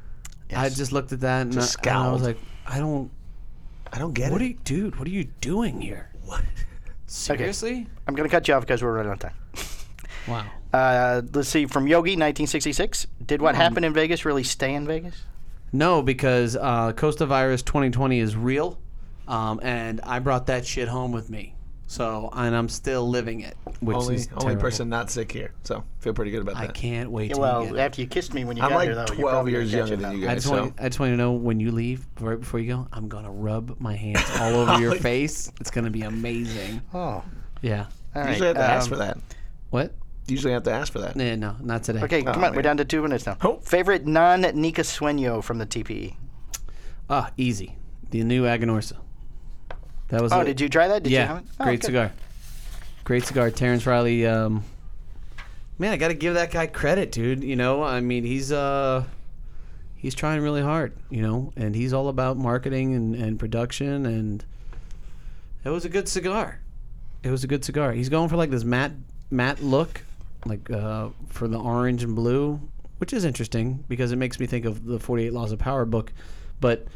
Speaker 3: I just looked at that and,
Speaker 1: Just
Speaker 3: I, and I was
Speaker 1: scowled.
Speaker 3: like, I don't.
Speaker 1: I don't get
Speaker 3: What
Speaker 1: it.
Speaker 3: are you, dude? What are you doing here?
Speaker 1: What?
Speaker 3: Seriously?
Speaker 2: I'm going to cut you off because we're running out of time.
Speaker 3: Wow.
Speaker 2: Uh, let's see. From Yogi, 1966. Did
Speaker 3: Mm.
Speaker 2: what happened in Vegas really stay in Vegas?
Speaker 3: No, because uh, Costa Virus 2020 is real, um, and I brought that shit home with me. So, and I'm still living it, which
Speaker 1: Only,
Speaker 3: is
Speaker 1: only
Speaker 3: terrible.
Speaker 1: person not sick here. So feel pretty good about
Speaker 3: I
Speaker 1: that.
Speaker 3: can't wait. to
Speaker 2: well,
Speaker 3: get it.
Speaker 2: after you kissed me when you
Speaker 1: I'm
Speaker 2: got
Speaker 1: like
Speaker 2: here, though, you're
Speaker 1: 12
Speaker 2: probably gonna
Speaker 1: years
Speaker 2: catch
Speaker 1: younger
Speaker 2: it
Speaker 1: than
Speaker 2: now.
Speaker 1: you
Speaker 3: I
Speaker 1: guys.
Speaker 3: just,
Speaker 1: So
Speaker 3: want, I just want you to know when you leave, right before you go, I'm gonna rub my hands all over your face. It's gonna be amazing.
Speaker 2: Oh, all
Speaker 3: Yeah.
Speaker 2: right.
Speaker 1: usually have to ask
Speaker 2: um,
Speaker 1: for that.
Speaker 3: What?
Speaker 1: Usually have to ask for that.
Speaker 3: Eh, no, not today.
Speaker 2: Okay, come on. We're
Speaker 1: man.
Speaker 2: down to two minutes now.
Speaker 1: Oh.
Speaker 2: Favorite non Nika Sueño from the E. TPE?
Speaker 3: Ah, easy. The new Aganorsa. That was.
Speaker 2: Oh,
Speaker 3: a-
Speaker 2: did you try that? Did you
Speaker 3: yeah,
Speaker 2: have it? Oh,
Speaker 3: great
Speaker 2: good.
Speaker 3: cigar. Great cigar. Terrence Riley. Um, man, I got to give that guy credit, dude. You know, I mean, he's uh, he's trying really hard. You know, and he's all about marketing and, and production. And it was a good cigar. It was a good cigar. He's going for like this matte matte look, like uh, for the orange and blue, which is interesting because it makes me think of the Forty Eight Laws of Power book, but.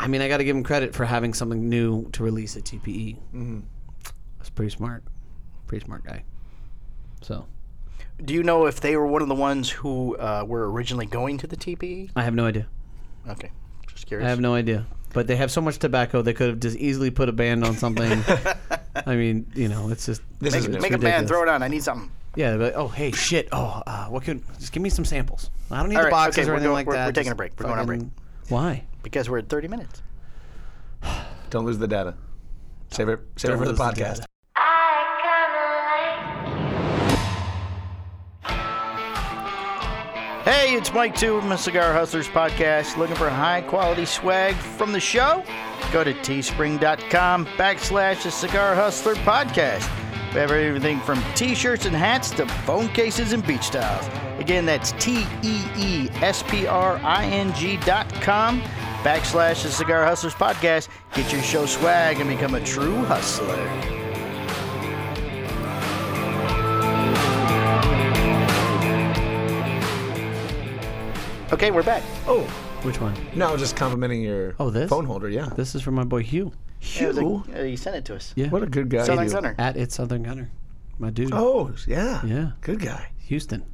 Speaker 3: I mean, I got to give him credit for having something new to release at TPE. Mm-hmm. That's pretty smart. Pretty smart guy. So
Speaker 2: Do you know if they were one of the ones who uh, were originally going to the TPE?
Speaker 3: I have no idea.
Speaker 2: Okay, just
Speaker 3: I
Speaker 2: curious.
Speaker 3: have no idea. But they have so much tobacco, they could have just easily put a band on something. I mean, you know, it's just
Speaker 1: This
Speaker 3: it's
Speaker 1: is
Speaker 2: Make a band,
Speaker 3: ridiculous.
Speaker 2: throw it on. I need something.
Speaker 3: Yeah, but oh hey, shit. Oh, uh, what can? Just give me some samples. I don't need
Speaker 2: All
Speaker 3: the
Speaker 2: right,
Speaker 3: boxes
Speaker 2: okay,
Speaker 3: or
Speaker 2: we're
Speaker 3: anything
Speaker 2: going-
Speaker 3: like
Speaker 2: we're-
Speaker 3: that.
Speaker 2: we're taking a
Speaker 3: Just
Speaker 2: break. We're going on break.
Speaker 3: fucking- Why?
Speaker 2: because we're at 30 minutes.
Speaker 1: Don't lose the data. Save it. Save it
Speaker 3: Don't
Speaker 1: for the
Speaker 3: lose the
Speaker 1: podcast.
Speaker 3: data.
Speaker 4: I kinda like
Speaker 2: Hey, it's Mike 2 from the Cigar Hustlers podcast. Looking for high quality swag from the show? Go to teespring.com backslash the Cigar Hustler podcast. We have everything from t shirts and hats to phone cases and beach towels. Again, that's T E E S P R I N G dot com backslash the Cigar Hustlers podcast. Get your show swag and become a true hustler. Okay, we're back.
Speaker 1: Oh,
Speaker 3: Which one?
Speaker 1: no, just complimenting your
Speaker 3: Oh, this?
Speaker 1: phone holder. Yeah.
Speaker 3: This is from my boy Hugh
Speaker 2: Hugh. Uh, You sent it to us.
Speaker 3: Yeah. Uh,
Speaker 1: What a good guy.
Speaker 2: Southern
Speaker 1: you.
Speaker 2: Center.
Speaker 3: at it's Southern Gunner. my dude,
Speaker 1: Oh, yeah.
Speaker 3: Yeah.
Speaker 1: Good guy.
Speaker 3: Houston,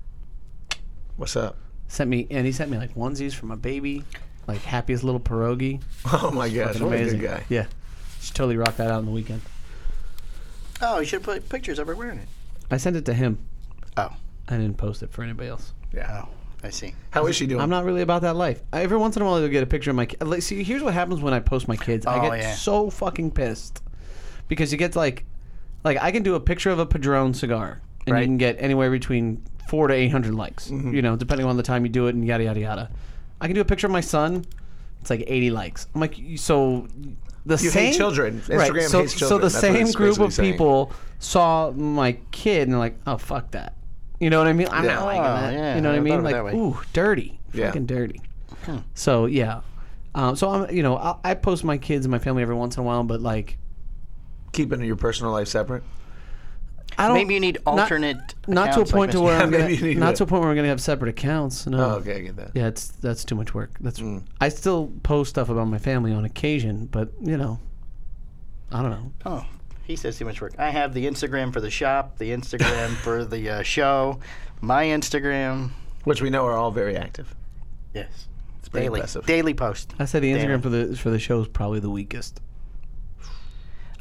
Speaker 1: What's up?
Speaker 3: sent me, and he sent me like onesies for my baby, like happiest little pierogi.
Speaker 1: Oh my gosh, what a
Speaker 3: amazing
Speaker 1: good guy.
Speaker 3: Yeah, should totally rock that out on the weekend.
Speaker 2: Oh, you should put pictures of her wearing it.
Speaker 3: I sent it to him.
Speaker 2: Oh.
Speaker 3: I didn't post it for anybody else.
Speaker 1: Yeah.
Speaker 2: I see.
Speaker 1: How is she doing?
Speaker 3: I'm not really about that life. I, every once in a while, I'll get a picture of my. Ki- like, see, here's what happens when I post my kids. I
Speaker 2: Oh,
Speaker 3: get
Speaker 2: yeah.
Speaker 3: so fucking pissed because you get like, like I can do a picture of a Padron cigar, and
Speaker 2: Right.
Speaker 3: you can get anywhere between four to eight hundred likes.
Speaker 1: Mm-hmm.
Speaker 3: You know, depending on the time you do it, and yada yada yada. I can do a picture of my son. It's like 80 likes. I'm like, you- so the
Speaker 1: You
Speaker 3: same
Speaker 1: hate children.
Speaker 3: right?
Speaker 1: Instagram
Speaker 3: so,
Speaker 1: hates
Speaker 3: So
Speaker 1: children.
Speaker 3: the
Speaker 1: That's what
Speaker 3: same
Speaker 1: it's
Speaker 3: group
Speaker 1: basically
Speaker 3: of
Speaker 1: saying.
Speaker 3: people saw my kid and they're like, oh fuck that. You know what I mean? I'm
Speaker 1: Yeah.
Speaker 3: not liking
Speaker 2: Oh,
Speaker 3: that.
Speaker 2: yeah,
Speaker 3: you know what I
Speaker 2: I
Speaker 3: mean?
Speaker 2: thought of it
Speaker 3: Like,
Speaker 2: that way.
Speaker 3: ooh, dirty,
Speaker 1: Yeah.
Speaker 3: fucking dirty. So yeah, um, so I'm you know I, I post my kids and my family every once in a while, but like
Speaker 1: keeping your personal life separate.
Speaker 3: I don't.
Speaker 2: Maybe you need
Speaker 3: not-
Speaker 2: alternate.
Speaker 3: Not, to a
Speaker 2: accounts like
Speaker 3: point to
Speaker 2: Mr.
Speaker 3: where I'm
Speaker 1: Yeah,
Speaker 3: gonna,
Speaker 1: maybe you need
Speaker 3: not
Speaker 1: that.
Speaker 3: to a point where I'm gonna have separate accounts. No.
Speaker 1: Oh, okay, I get that.
Speaker 3: Yeah, it's that's too much work. That's I still post stuff about my family on occasion, but you know, I don't know.
Speaker 2: Oh, he says too much work. I have the Instagram for the shop, the Instagram for the uh, show, my Instagram.
Speaker 1: Which we know are all very active.
Speaker 2: Yes. It's
Speaker 1: pretty
Speaker 2: daily.
Speaker 1: impressive.
Speaker 2: Daily post.
Speaker 3: I said the
Speaker 2: Damn.
Speaker 3: Instagram for the for the show is probably the weakest.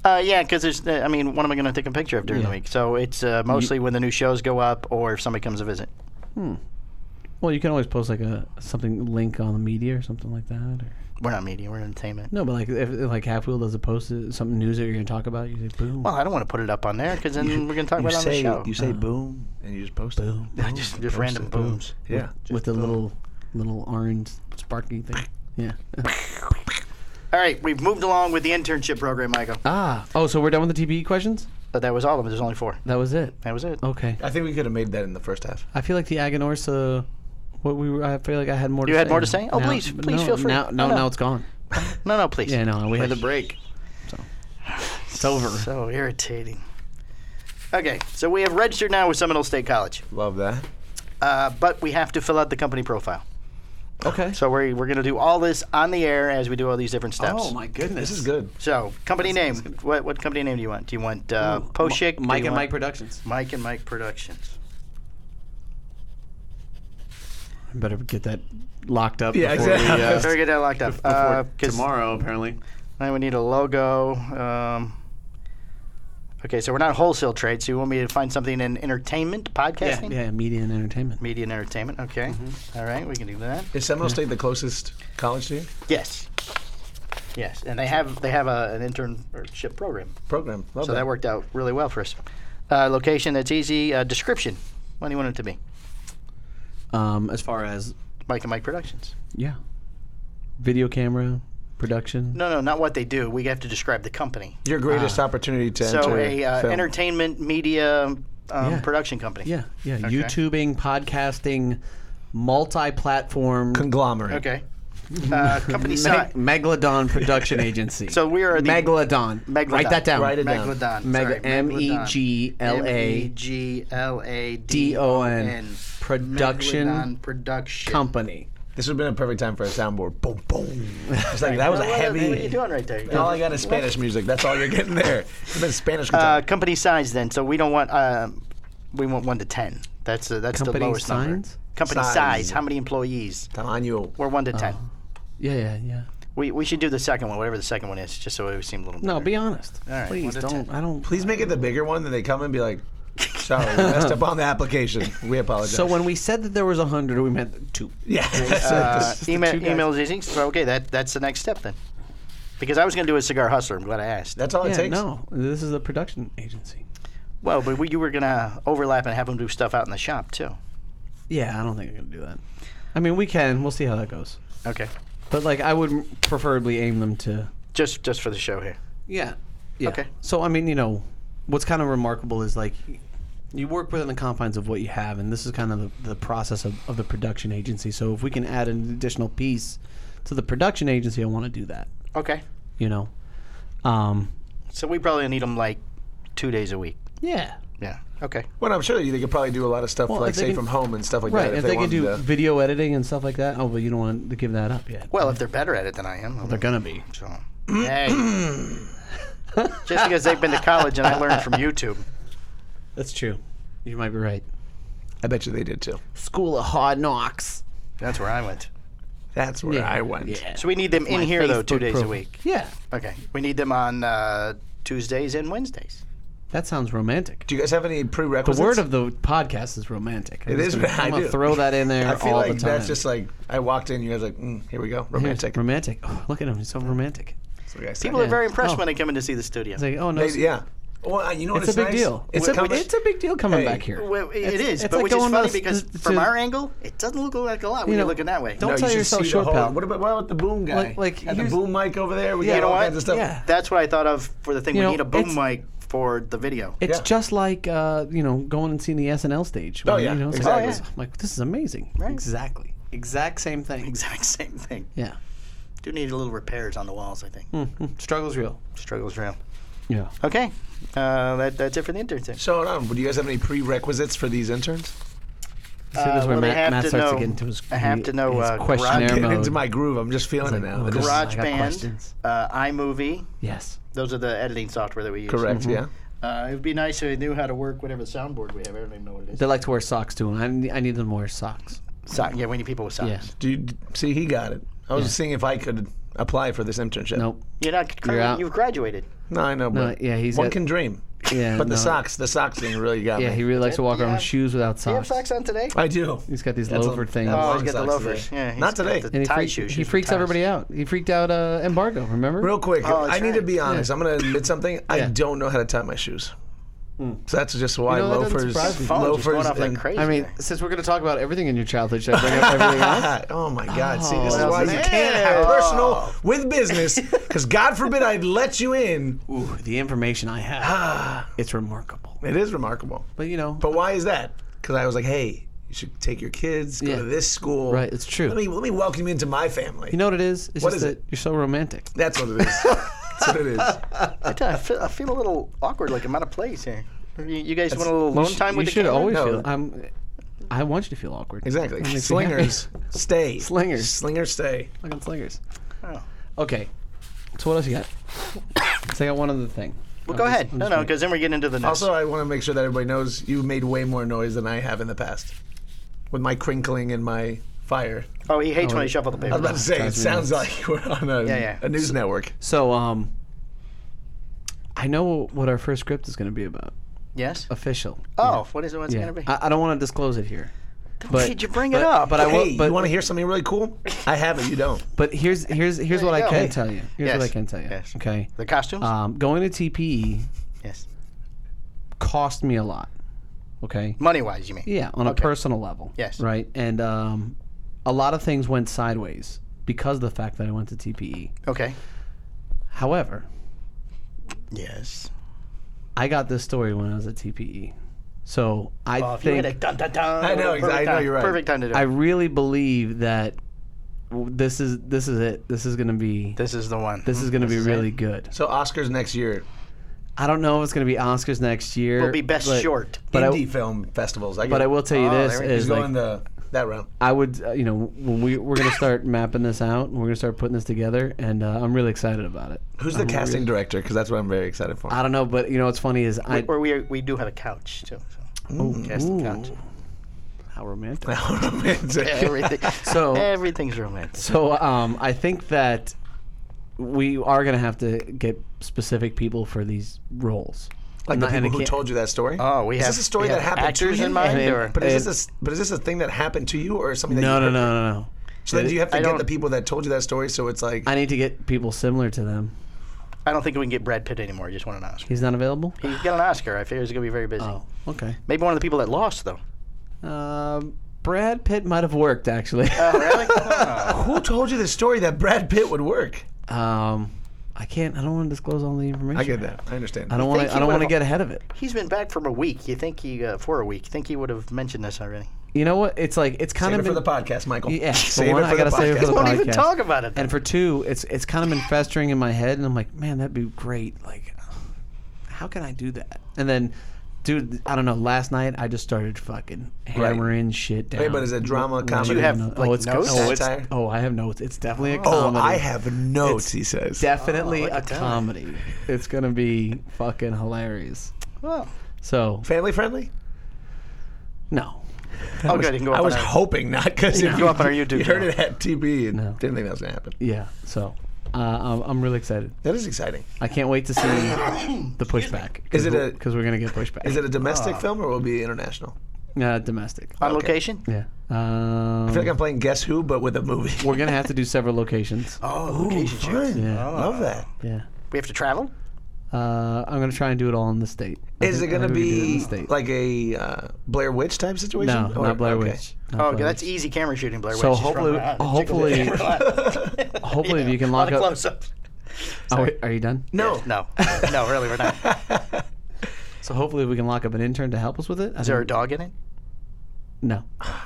Speaker 2: Uh, yeah, because there's, uh, I mean, what am I going to take a picture of during the
Speaker 3: Yeah.
Speaker 2: week? So it's uh, mostly when the new shows go up or if somebody comes to visit.
Speaker 3: Well, you can always post like a something link on the media or something like that. Or
Speaker 2: We're not media, we're entertainment.
Speaker 3: no, but like if like Half Wheel does a post uh, something news that you're gonna talk about, you say boom.
Speaker 2: Well, I don't want to put it up on there because then we're going to talk
Speaker 1: You
Speaker 2: about it on the
Speaker 1: say
Speaker 2: show.
Speaker 1: you say boom Oh. and you just post boom.
Speaker 2: just just random booms.
Speaker 1: Yeah.
Speaker 3: with a little little orange sparky thing. Yeah.
Speaker 2: All right, we've moved along with the internship program, Michael.
Speaker 3: ah. Oh, so we're done with the TPE questions.
Speaker 2: But that was all of them. There's only four.
Speaker 3: That was it.
Speaker 2: That was it.
Speaker 3: Okay.
Speaker 1: I think we could have made that in the first half.
Speaker 3: I feel like the Agonorsa. What we were, I feel like I had more.
Speaker 2: You
Speaker 3: to
Speaker 2: had
Speaker 3: say.
Speaker 2: more to say? Oh,
Speaker 3: Now-
Speaker 2: please, please
Speaker 3: no,
Speaker 2: feel free. Oh,
Speaker 3: Now,
Speaker 2: No,
Speaker 3: no,
Speaker 2: no.
Speaker 3: now it's gone.
Speaker 2: No, no, please.
Speaker 3: Yeah, no, we had the break.
Speaker 2: It's
Speaker 3: over.
Speaker 2: So irritating. Okay, so we have registered now with Seminole State College,
Speaker 1: Love that.
Speaker 2: uh, but we have to fill out the company profile.
Speaker 3: Okay.
Speaker 2: So we're, we're going to do all this on the air as we do all these different steps.
Speaker 3: goodness,
Speaker 1: Oh, This is good.
Speaker 2: So, company name. What, what company name do you want? Do you want uh, Poshik? Do
Speaker 3: Mike
Speaker 2: you
Speaker 3: and Mike
Speaker 2: want
Speaker 3: Productions.
Speaker 2: Mike and Mike Productions.
Speaker 3: I better get that locked up.
Speaker 1: Yeah,
Speaker 3: before
Speaker 1: exactly.
Speaker 3: we, uh,
Speaker 2: Better get that locked up. Uh, 'cause
Speaker 3: tomorrow, apparently.
Speaker 2: Then we need a logo. Um, okay, so we're not wholesale trade, so you want me to find something in entertainment,
Speaker 3: Yeah, Mm-hmm.
Speaker 2: podcasting?
Speaker 3: yeah, media and entertainment.
Speaker 2: Media and entertainment. Okay. All right, we can do that.
Speaker 1: Is Seminole State the closest college to you?
Speaker 2: Yes. Yes, and they have they have a, an internship program,
Speaker 1: Program. Love
Speaker 2: so that worked out really well for us. Uh, location that's easy. Uh, description. What do you want it to be?
Speaker 3: Um, as far as
Speaker 2: Mike and Mike Productions.
Speaker 3: yeah, video camera production.
Speaker 2: No, no, not what they do. We have to describe the company.
Speaker 1: Your greatest opportunity to
Speaker 2: So
Speaker 1: enter
Speaker 2: a uh,
Speaker 1: film.
Speaker 2: entertainment media um,
Speaker 3: Yeah.
Speaker 2: production company.
Speaker 3: Yeah, yeah, YouTubing, podcasting, multi-platform.
Speaker 1: conglomerate.
Speaker 2: Okay. Uh, company size.
Speaker 3: Meg- Megalodon Production Agency.
Speaker 2: So we are the-
Speaker 3: Megalodon.
Speaker 2: Megalodon.
Speaker 3: Write that down.
Speaker 1: Write it down.
Speaker 2: Megalodon.
Speaker 3: Mega-
Speaker 2: sorry, E
Speaker 3: M E
Speaker 2: Megalodon.
Speaker 3: G L A
Speaker 2: M-E-G-L-A-D-O-N.
Speaker 3: D-O-N. Production
Speaker 2: Megalodon Production.
Speaker 3: Company.
Speaker 1: This would have been a perfect time for a soundboard. Boom, boom. It's like that was a
Speaker 2: What-
Speaker 1: heavy.
Speaker 2: What are you doing right there?
Speaker 1: All I got is Spanish music. That's all you're getting there. It's been Spanish.
Speaker 2: Uh,
Speaker 1: guitar.
Speaker 2: company size then. So we don't want. Uh, we want one to ten. That's uh, that's
Speaker 3: Company
Speaker 2: the lowest number.
Speaker 3: signs?
Speaker 2: Company size.
Speaker 1: Size.
Speaker 2: How many employees?
Speaker 1: Tamaño.
Speaker 2: We're one to ten.
Speaker 3: Oh. Yeah, yeah, yeah.
Speaker 2: We, we should do the second one, whatever the second one is, just so it would seem a little.
Speaker 3: No,
Speaker 2: better.
Speaker 3: be honest.
Speaker 2: All right,
Speaker 3: Please
Speaker 2: one to
Speaker 3: don't.
Speaker 2: ten.
Speaker 3: I don't.
Speaker 1: Please make it the bigger one. Then they come and be like, "Sorry, we messed up on the application. We apologize."
Speaker 3: So when we said that there was a hundred, we meant two.
Speaker 1: yeah,
Speaker 2: Uh, email
Speaker 3: two guys.
Speaker 2: email is easy. So okay, that that's the next step then. Because I was going to do a cigar hustler. I'm glad I asked.
Speaker 1: that's all it
Speaker 3: yeah,
Speaker 1: takes.
Speaker 3: no, this is a production agency.
Speaker 2: Well, but we, you were going to overlap and have them do stuff out in the shop too.
Speaker 3: Yeah, I don't think I'm gonna do that. I mean, we can. We'll see how that goes.
Speaker 2: Okay.
Speaker 3: But like, I would preferably aim them to
Speaker 2: Just just for the show here.
Speaker 3: Yeah. Yeah.
Speaker 2: Okay.
Speaker 3: So I mean, you know, what's kind of remarkable is like you work within the confines of what you have, and this is kind of the, the process of, of the production agency. So if we can add an additional piece to the production agency, I want to do that.
Speaker 2: Okay.
Speaker 3: You know, um,
Speaker 2: So we probably need them like two days a week.
Speaker 3: yeah,
Speaker 2: Yeah. Okay.
Speaker 1: Well, I'm sure they could probably do a lot of stuff
Speaker 3: Well,
Speaker 1: like
Speaker 3: if they
Speaker 1: say
Speaker 3: can-
Speaker 1: from home and stuff like
Speaker 3: right.
Speaker 1: that.
Speaker 3: If, they, can
Speaker 1: wanted
Speaker 3: do
Speaker 1: to-
Speaker 3: video editing and stuff like that, oh, but you don't want to give that up yet.
Speaker 2: Well, if they're better at it than I am, I'll
Speaker 3: they're gonna be.
Speaker 2: So.
Speaker 3: Mm-hmm.
Speaker 2: Hey. Just because they've been to college and I learned from YouTube.
Speaker 3: That's true. You might be right.
Speaker 1: I bet you they did too.
Speaker 5: School of Hard Knocks.
Speaker 2: That's where I went.
Speaker 1: That's where I went.
Speaker 5: Yeah.
Speaker 2: So we need them in
Speaker 5: My
Speaker 2: here though, two
Speaker 5: Facebook
Speaker 2: days a
Speaker 5: profile.
Speaker 2: week.
Speaker 3: Yeah.
Speaker 2: Okay. We need them on uh, Tuesdays and Wednesdays.
Speaker 3: That sounds romantic.
Speaker 1: Do you guys have any
Speaker 3: The
Speaker 1: prerequisites?
Speaker 3: word of the podcast is romantic. I'm
Speaker 1: It
Speaker 3: just
Speaker 1: is,
Speaker 3: Gonna,
Speaker 1: I
Speaker 3: I'm gonna
Speaker 1: do.
Speaker 3: throw that in there
Speaker 1: I feel
Speaker 3: all
Speaker 1: like
Speaker 3: the time.
Speaker 1: that's just like I walked in. You guys like, mm, here we go,
Speaker 3: Yeah,
Speaker 1: romantic.
Speaker 3: Romantic. Oh, look at him. He's so romantic.
Speaker 1: That's what I said.
Speaker 2: People are
Speaker 3: Yeah.
Speaker 2: very impressed
Speaker 3: Oh.
Speaker 2: when they come in to see the studio.
Speaker 3: It's like, oh no,
Speaker 1: They- yeah. Well, uh, you know what?
Speaker 3: it's, a big
Speaker 1: nice?
Speaker 3: deal. It's,
Speaker 1: It's,
Speaker 3: a,
Speaker 1: coming-
Speaker 3: it's a big deal coming
Speaker 1: Hey,
Speaker 3: back here.
Speaker 2: Well, it
Speaker 3: It's-
Speaker 2: is,
Speaker 3: it's
Speaker 2: but
Speaker 3: like
Speaker 2: which is
Speaker 3: going
Speaker 2: funny
Speaker 3: to-
Speaker 2: because
Speaker 3: to-
Speaker 2: from
Speaker 3: to-
Speaker 2: our angle, it doesn't look like a lot when
Speaker 3: You
Speaker 2: you are
Speaker 3: know,
Speaker 2: looking that way.
Speaker 3: don't-
Speaker 1: No,
Speaker 3: tell
Speaker 1: should
Speaker 3: yourself
Speaker 1: see the
Speaker 3: short,
Speaker 1: whole-
Speaker 3: pal.
Speaker 1: What about, what about the boom guy?
Speaker 3: Like- like,
Speaker 1: Had the
Speaker 3: here's-
Speaker 1: boom mic over there. We
Speaker 2: you
Speaker 1: got
Speaker 2: know
Speaker 1: all
Speaker 2: what?
Speaker 1: kinds of stuff.
Speaker 3: Yeah.
Speaker 2: That's what I thought of for the thing.
Speaker 3: You
Speaker 2: we
Speaker 3: know,
Speaker 2: need a boom
Speaker 3: it's-
Speaker 2: mic for the video.
Speaker 3: It's
Speaker 1: Yeah.
Speaker 3: just like uh, you know going and seeing the SNL stage.
Speaker 1: Oh,
Speaker 3: when,
Speaker 1: yeah,
Speaker 3: you know, it's
Speaker 1: exactly.
Speaker 3: like, I'm like, this is amazing.
Speaker 2: Right.
Speaker 3: Exactly. Exact same thing.
Speaker 2: exact same thing.
Speaker 3: Yeah. Mm,
Speaker 2: Do need a little repairs on the walls, I think.
Speaker 3: Hmm. Struggle's real.
Speaker 2: Struggles around.
Speaker 3: Yeah.
Speaker 2: Okay. Uh, that, that's it for the internship.
Speaker 1: So, hold on. Do you guys have any prerequisites for these interns?
Speaker 3: See, this is
Speaker 2: well,
Speaker 3: where
Speaker 2: they
Speaker 3: Matt,
Speaker 2: Uh, have
Speaker 3: Matt
Speaker 2: to
Speaker 3: starts
Speaker 2: know-
Speaker 3: to get into his,
Speaker 2: I have to know,
Speaker 3: his
Speaker 2: uh,
Speaker 3: questionnaire
Speaker 2: garage-
Speaker 1: Getting
Speaker 3: mode.
Speaker 1: into my groove. I'm just feeling
Speaker 3: It's
Speaker 1: it
Speaker 3: like,
Speaker 1: now.
Speaker 3: oh,
Speaker 1: I just-
Speaker 3: God. I got
Speaker 2: GarageBand,
Speaker 3: questions.
Speaker 2: uh, iMovie.
Speaker 3: Yes.
Speaker 2: Those are the editing software that we use.
Speaker 1: correct.
Speaker 3: Mm-hmm.
Speaker 1: Yeah.
Speaker 2: Uh, it would be nice if they knew how to work whatever soundboard we have. I don't even know what it is.
Speaker 3: They like to wear socks too, and I need, I need them to wear socks.
Speaker 2: Sock- yeah, we need people with socks.
Speaker 3: Yeah.
Speaker 1: Do you see? He got it. I was seeing if I could apply for this internship.
Speaker 3: Nope.
Speaker 2: You're not.
Speaker 3: You're out.
Speaker 2: you have graduated.
Speaker 1: No, I know. But
Speaker 3: yeah, he's
Speaker 1: one
Speaker 3: got-
Speaker 1: can dream.
Speaker 3: Yeah.
Speaker 1: But
Speaker 3: no.
Speaker 1: the socks, the socks thing really got
Speaker 3: Yeah,
Speaker 1: me.
Speaker 3: he really likes to walk around
Speaker 2: Yeah.
Speaker 3: with shoes without
Speaker 2: Do you have
Speaker 3: socks.
Speaker 2: socks on today?
Speaker 1: I do.
Speaker 3: He's got these
Speaker 1: That's a-
Speaker 3: loafer things.
Speaker 1: that's
Speaker 2: Oh,
Speaker 1: long
Speaker 2: he's got the
Speaker 1: socks
Speaker 2: loafers.
Speaker 1: today.
Speaker 2: Yeah, he's
Speaker 1: Not today.
Speaker 2: got the
Speaker 3: And he,
Speaker 2: tie
Speaker 3: freak-
Speaker 2: shoes.
Speaker 3: he
Speaker 2: He's
Speaker 3: freaks
Speaker 2: got
Speaker 3: everybody
Speaker 2: ties.
Speaker 3: out. He freaked out uh, Embargo, remember?
Speaker 1: Real quick,
Speaker 2: Oh, that's
Speaker 1: I need to
Speaker 2: right.
Speaker 1: be honest. I'm gonna admit something. I
Speaker 3: Yeah.
Speaker 1: don't know how to tie my shoes. So that's just why
Speaker 3: You know, that doesn't
Speaker 1: loafers,
Speaker 3: surprise me.
Speaker 2: Hmm. Phone's just
Speaker 1: loafers,
Speaker 2: going off like
Speaker 1: and-
Speaker 2: crazy.
Speaker 3: I mean,
Speaker 2: there.
Speaker 3: since we're going to talk about everything in your childhood, should I bring up everything else?
Speaker 1: oh my God! See, this is
Speaker 2: Oh,
Speaker 1: why you can't have
Speaker 2: man.
Speaker 1: personal with business, because God forbid I'd let you in. Ah,
Speaker 3: Ooh, the information I have. it's remarkable.
Speaker 1: It is remarkable,
Speaker 3: But, you know,
Speaker 1: but why is that? Because I was like, hey, you should take your kids, go
Speaker 3: Yeah.
Speaker 1: to this school.
Speaker 3: right, it's true.
Speaker 1: Let me let me welcome you into my family.
Speaker 3: you know what it is? It's
Speaker 1: What
Speaker 3: just
Speaker 1: is
Speaker 3: that you're so romantic.
Speaker 1: that's what it is. that's what it is.
Speaker 2: I, tell you, I feel, I feel a little awkward, like I'm out of place here. You, you guys want a little alone
Speaker 3: you sh-
Speaker 2: time
Speaker 3: you
Speaker 2: with the
Speaker 3: should
Speaker 2: camera?
Speaker 3: always
Speaker 1: No.
Speaker 3: feel. I'm, I want you to feel awkward.
Speaker 1: Exactly.
Speaker 3: makes me
Speaker 1: Slingers stay.
Speaker 3: Slingers.
Speaker 1: Slingers stay.
Speaker 3: Fucking slingers.
Speaker 2: Oh.
Speaker 3: Okay. So what else you got? so I got one other thing.
Speaker 2: Well, go ahead. No, no, because then we get into the next.
Speaker 1: Also, I want to make sure that everybody knows you made way more noise than I have in the past with my crinkling and my fire.
Speaker 2: oh, he hates
Speaker 3: Oh,
Speaker 2: when I
Speaker 3: wait.
Speaker 2: shuffle the
Speaker 1: I was
Speaker 2: paper.
Speaker 1: about to say, it
Speaker 3: Drives me
Speaker 1: sounds like we're on a,
Speaker 2: Yeah, yeah.
Speaker 1: a news network.
Speaker 3: So um, I know what our first script is going to be about.
Speaker 2: Yes.
Speaker 3: Official.
Speaker 2: Oh, what is it? What's
Speaker 3: Yeah.
Speaker 2: it gonna be?
Speaker 3: I, I don't want to disclose it here.
Speaker 2: Why did you bring
Speaker 3: but-
Speaker 2: it up?
Speaker 3: But I
Speaker 1: hey,
Speaker 3: will. But,
Speaker 1: you want to hear something really cool? I have it. You don't.
Speaker 3: but here's here's here's what I
Speaker 2: you go.
Speaker 3: can
Speaker 2: Hey.
Speaker 3: tell you. Here's what I
Speaker 2: Yes.
Speaker 3: can tell you.
Speaker 2: Yes.
Speaker 3: Okay.
Speaker 2: the costumes.
Speaker 3: Um, going to TPE
Speaker 2: yes.
Speaker 3: cost me a lot. Okay.
Speaker 2: Money wise, you mean?
Speaker 3: Yeah, on a personal level.
Speaker 2: Yes.
Speaker 3: Right. And um, a lot of things went sideways because of the fact that I went to TPE.
Speaker 2: Okay.
Speaker 3: However,
Speaker 2: Yes.
Speaker 3: I got this story when I was at TPE. So I
Speaker 2: Oh, if you
Speaker 3: think
Speaker 2: had a dun dun dun.
Speaker 1: I know,
Speaker 2: perfect
Speaker 1: exa- I know
Speaker 2: time-
Speaker 1: you're right.
Speaker 2: Perfect time to do
Speaker 3: I
Speaker 2: it.
Speaker 3: really believe that w- this is this is it. This is gonna be
Speaker 2: This is the one.
Speaker 3: this is gonna be really good.
Speaker 1: So, Oscars next year,
Speaker 3: I don't know if it's gonna be Oscars next year.
Speaker 2: will Mm-hmm. be best
Speaker 3: but,
Speaker 2: short.
Speaker 3: But
Speaker 1: indie
Speaker 3: I,
Speaker 1: film festivals. I
Speaker 3: but
Speaker 1: get
Speaker 3: I
Speaker 1: it.
Speaker 3: will tell you
Speaker 2: Oh,
Speaker 3: this
Speaker 2: there we go.
Speaker 1: He's
Speaker 3: is like,
Speaker 1: going the, that route.
Speaker 3: I would, uh, you know, when we we're gonna start mapping this out, and we're gonna start putting this together, and uh, I'm really excited about it.
Speaker 1: Who's the casting director? Because that's what I'm very excited for.
Speaker 3: I don't know, but you know what's funny is I.
Speaker 2: Or we we do have a couch too. So. Cast the couch.
Speaker 3: Ooh. How romantic.
Speaker 1: Romantic.
Speaker 2: Everything.
Speaker 3: So-
Speaker 2: everything's romantic.
Speaker 3: So um, I think that we are going to have to get specific people for these roles.
Speaker 1: like the
Speaker 3: Not- and
Speaker 1: people
Speaker 3: it
Speaker 1: who
Speaker 3: can't-
Speaker 1: told you that story.
Speaker 2: Oh, we
Speaker 1: is
Speaker 2: have
Speaker 1: this a story
Speaker 2: we
Speaker 1: that
Speaker 2: have
Speaker 1: happened to
Speaker 2: actors
Speaker 1: you?
Speaker 2: in mind,
Speaker 3: And-
Speaker 2: or
Speaker 1: But is
Speaker 3: And-
Speaker 1: this a, but is this a thing that happened to you or something? That
Speaker 3: No,
Speaker 1: you
Speaker 3: no,
Speaker 1: heard?
Speaker 3: no, no, no.
Speaker 1: So then do you have to
Speaker 2: I
Speaker 1: get
Speaker 2: don't-
Speaker 1: the people that told you that story? So it's like
Speaker 3: I need to get people similar to them.
Speaker 2: I don't think we can get Brad Pitt anymore. He just won an Oscar.
Speaker 3: He's not available.
Speaker 2: He's got an Oscar. I figure he's gonna be very busy.
Speaker 3: Oh, okay.
Speaker 2: Maybe one of the people that lost though.
Speaker 3: Um, Brad Pitt might have worked actually.
Speaker 2: Oh, really? Oh.
Speaker 1: who told you the story that Brad Pitt would work?
Speaker 3: um, I can't. I don't want to disclose all the information.
Speaker 1: I get that. I understand.
Speaker 3: I don't want
Speaker 2: think
Speaker 3: to.
Speaker 2: he
Speaker 3: I don't want to
Speaker 2: would've-
Speaker 3: get ahead of it.
Speaker 2: He's been back from a week. You think he uh, for a week? You think he would have mentioned this already?
Speaker 3: You know what? It's like it's kind
Speaker 1: Save it
Speaker 3: of
Speaker 1: for
Speaker 3: been,
Speaker 1: the podcast, Michael.
Speaker 3: Yeah, for
Speaker 1: save
Speaker 3: one,
Speaker 1: it
Speaker 3: I
Speaker 1: for the
Speaker 3: gotta save it for
Speaker 1: podcast.
Speaker 3: the
Speaker 2: Won't even
Speaker 3: podcast.
Speaker 2: talk about it.
Speaker 3: and for two, it's it's kind of been festering in my head, and I'm like, man, that'd be great. Like, how can I do that? And then, dude, I don't know. Last night, I just started fucking hammering shit down.
Speaker 1: Hey, but is it drama, comedy?
Speaker 2: you have,
Speaker 3: No,
Speaker 2: like,
Speaker 3: oh, it's
Speaker 2: notes?
Speaker 3: Oh,
Speaker 1: Satire?
Speaker 3: it's, oh, I have notes. It's definitely a
Speaker 1: oh,
Speaker 3: comedy.
Speaker 1: I oh, have notes. he says.
Speaker 3: Definitely
Speaker 2: look
Speaker 3: a
Speaker 2: at that.
Speaker 3: comedy. It's gonna be fucking hilarious.
Speaker 2: Well,
Speaker 3: So
Speaker 1: Family friendly?
Speaker 3: no,
Speaker 2: Oh, good. You can go up
Speaker 1: I
Speaker 2: on
Speaker 1: was
Speaker 2: our-
Speaker 1: hoping not because
Speaker 2: You go up on our YouTube
Speaker 1: You heard
Speaker 2: channel.
Speaker 1: it at TB and
Speaker 3: No.
Speaker 1: didn't think that was gonna happen.
Speaker 3: yeah. So uh, I'm, I'm really excited.
Speaker 1: That is exciting.
Speaker 3: I can't wait to see the pushback.
Speaker 1: Is it a-
Speaker 3: because we're gonna get pushback?
Speaker 1: Is it a
Speaker 3: Ah.
Speaker 1: domestic film or will it be international?
Speaker 3: uh, domestic?
Speaker 2: on location.
Speaker 3: Yeah. Um,
Speaker 1: I feel like I'm playing Guess Who, but with a movie.
Speaker 3: we're gonna have to do several locations.
Speaker 2: Oh,
Speaker 1: Ooh,
Speaker 2: location shoot.
Speaker 1: fun.
Speaker 3: Yeah.
Speaker 1: Love that.
Speaker 3: Yeah.
Speaker 2: We have to travel. Oh,
Speaker 3: Uh, I'm gonna try and do it all in the state. I
Speaker 1: Is it
Speaker 3: think- I
Speaker 1: going to
Speaker 3: think we can do in
Speaker 1: be
Speaker 3: the state.
Speaker 1: like a uh, Blair Witch type situation?
Speaker 3: no,
Speaker 1: Or-
Speaker 3: not Blair
Speaker 1: okay.
Speaker 3: Witch.
Speaker 2: Oh,
Speaker 3: Not
Speaker 2: okay,
Speaker 3: Blair
Speaker 2: that's
Speaker 3: Witch.
Speaker 2: easy camera shooting, Blair.
Speaker 3: So
Speaker 2: Witch. Just
Speaker 3: hopefully-
Speaker 2: run around.
Speaker 3: hopefully-
Speaker 2: Jiggle the camera.
Speaker 3: Hopefully, if you can
Speaker 2: a lot
Speaker 3: lock
Speaker 2: of
Speaker 3: up.
Speaker 2: close-ups.
Speaker 3: Oh, wait, are you done?
Speaker 1: No.
Speaker 2: No, no, really, we're not.
Speaker 3: So hopefully, we can lock up an intern to help us with it.
Speaker 2: Is there a dog in it?
Speaker 3: No.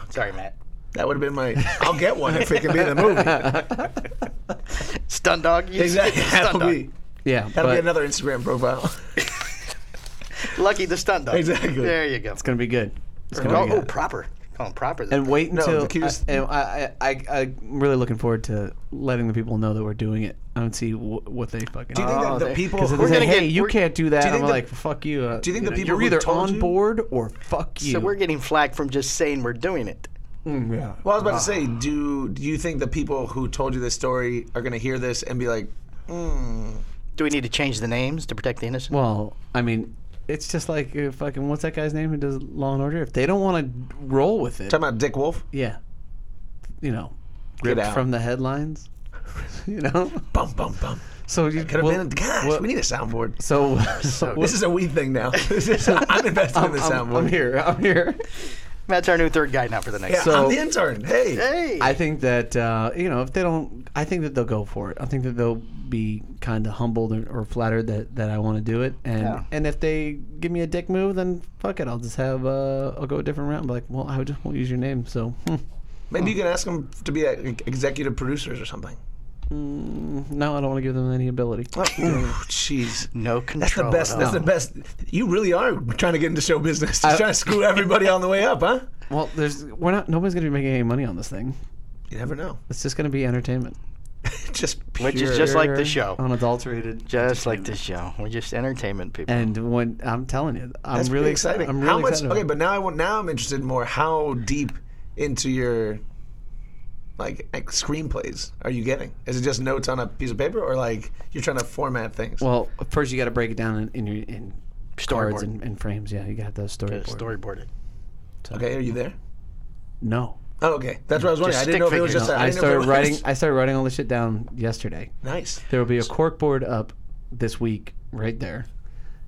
Speaker 2: Sorry, Matt.
Speaker 1: That would have been my. I'll get one if it can be in the movie.
Speaker 2: Stun dog. You-
Speaker 1: Exactly.
Speaker 2: Stun
Speaker 1: That'll
Speaker 2: dog.
Speaker 1: be,
Speaker 3: Yeah,
Speaker 1: that'll be
Speaker 3: but
Speaker 1: another Instagram profile.
Speaker 2: Lucky the stun dog.
Speaker 1: Exactly.
Speaker 2: There you go.
Speaker 3: it's gonna be good. It's
Speaker 2: Or
Speaker 3: gonna
Speaker 2: no-
Speaker 3: be
Speaker 2: oh,
Speaker 3: good.
Speaker 2: proper. Call him proper. then.
Speaker 3: and wait
Speaker 1: No,
Speaker 3: until
Speaker 1: the cues-
Speaker 3: I, and I, I, I, I'm really looking forward to letting the people know that we're doing it. I don't see wh- what they fucking.
Speaker 1: Do you think
Speaker 2: Oh,
Speaker 1: that
Speaker 2: they-
Speaker 1: the people?
Speaker 3: because
Speaker 1: Who,
Speaker 3: if
Speaker 2: We're
Speaker 3: they say,
Speaker 2: gonna
Speaker 3: "Hey,
Speaker 2: get-
Speaker 3: you
Speaker 2: we're-
Speaker 3: can't do that,"
Speaker 1: do you
Speaker 3: I'm
Speaker 1: think the-
Speaker 3: like, "Fuck you." Uh,
Speaker 1: do you think the
Speaker 3: know,
Speaker 1: people
Speaker 3: you're
Speaker 1: who
Speaker 3: either
Speaker 1: told
Speaker 3: on
Speaker 1: you-
Speaker 3: board or fuck you? Mm,
Speaker 2: so we're getting flagged from just saying we're doing it.
Speaker 3: yeah.
Speaker 1: well, I was about to say, do do you think the people who told you this story are going to hear this and be like,
Speaker 2: Do we need to change the names to protect the innocent?
Speaker 3: Well, I mean, it's just like uh, fucking what's that guy's name who does Law and Order? If they don't want to roll with it,
Speaker 1: talking about Dick Wolf?
Speaker 3: yeah, you know,
Speaker 1: Get
Speaker 3: ripped
Speaker 1: out.
Speaker 3: from the headlines, you know.
Speaker 1: Bum bum bum.
Speaker 3: So you
Speaker 1: Could have
Speaker 3: well,
Speaker 1: been. Gosh,
Speaker 3: well,
Speaker 1: we need a soundboard.
Speaker 3: So, so
Speaker 1: This is a we thing now. This is- I'm investing in the
Speaker 3: I'm,
Speaker 1: soundboard.
Speaker 3: I'm here. I'm here.
Speaker 2: Matt's our new third guy now for the next.
Speaker 1: Yeah,
Speaker 3: So-
Speaker 1: I'm the intern. Hey.
Speaker 2: Hey.
Speaker 3: I think that uh, you know if they don't, I think that they'll go for it. I think that they'll be kind of humbled or, or flattered that, that I want to do it. And
Speaker 2: Yeah.
Speaker 3: and if they give me a dick move, then fuck it. I'll just have uh, I'll go a different route. I'm like, well, I just won't use your name. So hmm,
Speaker 1: Maybe you can ask them to be like, executive producers or something.
Speaker 3: no, I don't want to give them any ability.
Speaker 1: Oh, Jeez.
Speaker 2: no
Speaker 1: That's the
Speaker 2: control.
Speaker 1: best.
Speaker 2: at
Speaker 1: That's
Speaker 2: all.
Speaker 1: the best. You really are trying to get into show business. You're trying to screw everybody on the way up, huh?
Speaker 3: Well, there's we're not nobody's gonna be making any money on this thing.
Speaker 1: You never know.
Speaker 3: It's just gonna be entertainment.
Speaker 1: Just pure.
Speaker 2: Which is just like the
Speaker 3: Pure,
Speaker 2: show.
Speaker 3: unadulterated.
Speaker 2: Just like this show, we're just entertainment people.
Speaker 3: And when I'm telling you, I'm
Speaker 1: That's
Speaker 3: really
Speaker 1: pretty exciting.
Speaker 3: I'm really
Speaker 1: how much?
Speaker 3: excited.
Speaker 1: Okay,
Speaker 3: about
Speaker 1: but now I want. Now I'm interested more. How deep into your like, like screenplays are you getting? Is it just notes on a piece of paper, or like you're trying to format things?
Speaker 3: it. well, first you got to break it down in, in your in cards
Speaker 2: storyboard.
Speaker 3: and, and frames. Yeah, you got those
Speaker 2: Yeah,
Speaker 3: storyboard.
Speaker 2: storyboarded.
Speaker 1: okay, are you there?
Speaker 3: No,
Speaker 1: Oh, okay. That's what I was wondering. I
Speaker 2: Just
Speaker 1: didn't know if
Speaker 2: stick
Speaker 1: it was
Speaker 2: figures.
Speaker 1: just.
Speaker 2: No,
Speaker 1: a-
Speaker 3: I
Speaker 1: didn't know if it
Speaker 3: started
Speaker 1: was-
Speaker 3: writing. I started writing all this shit down yesterday.
Speaker 1: Nice.
Speaker 3: There will be a cork board up this week, right there,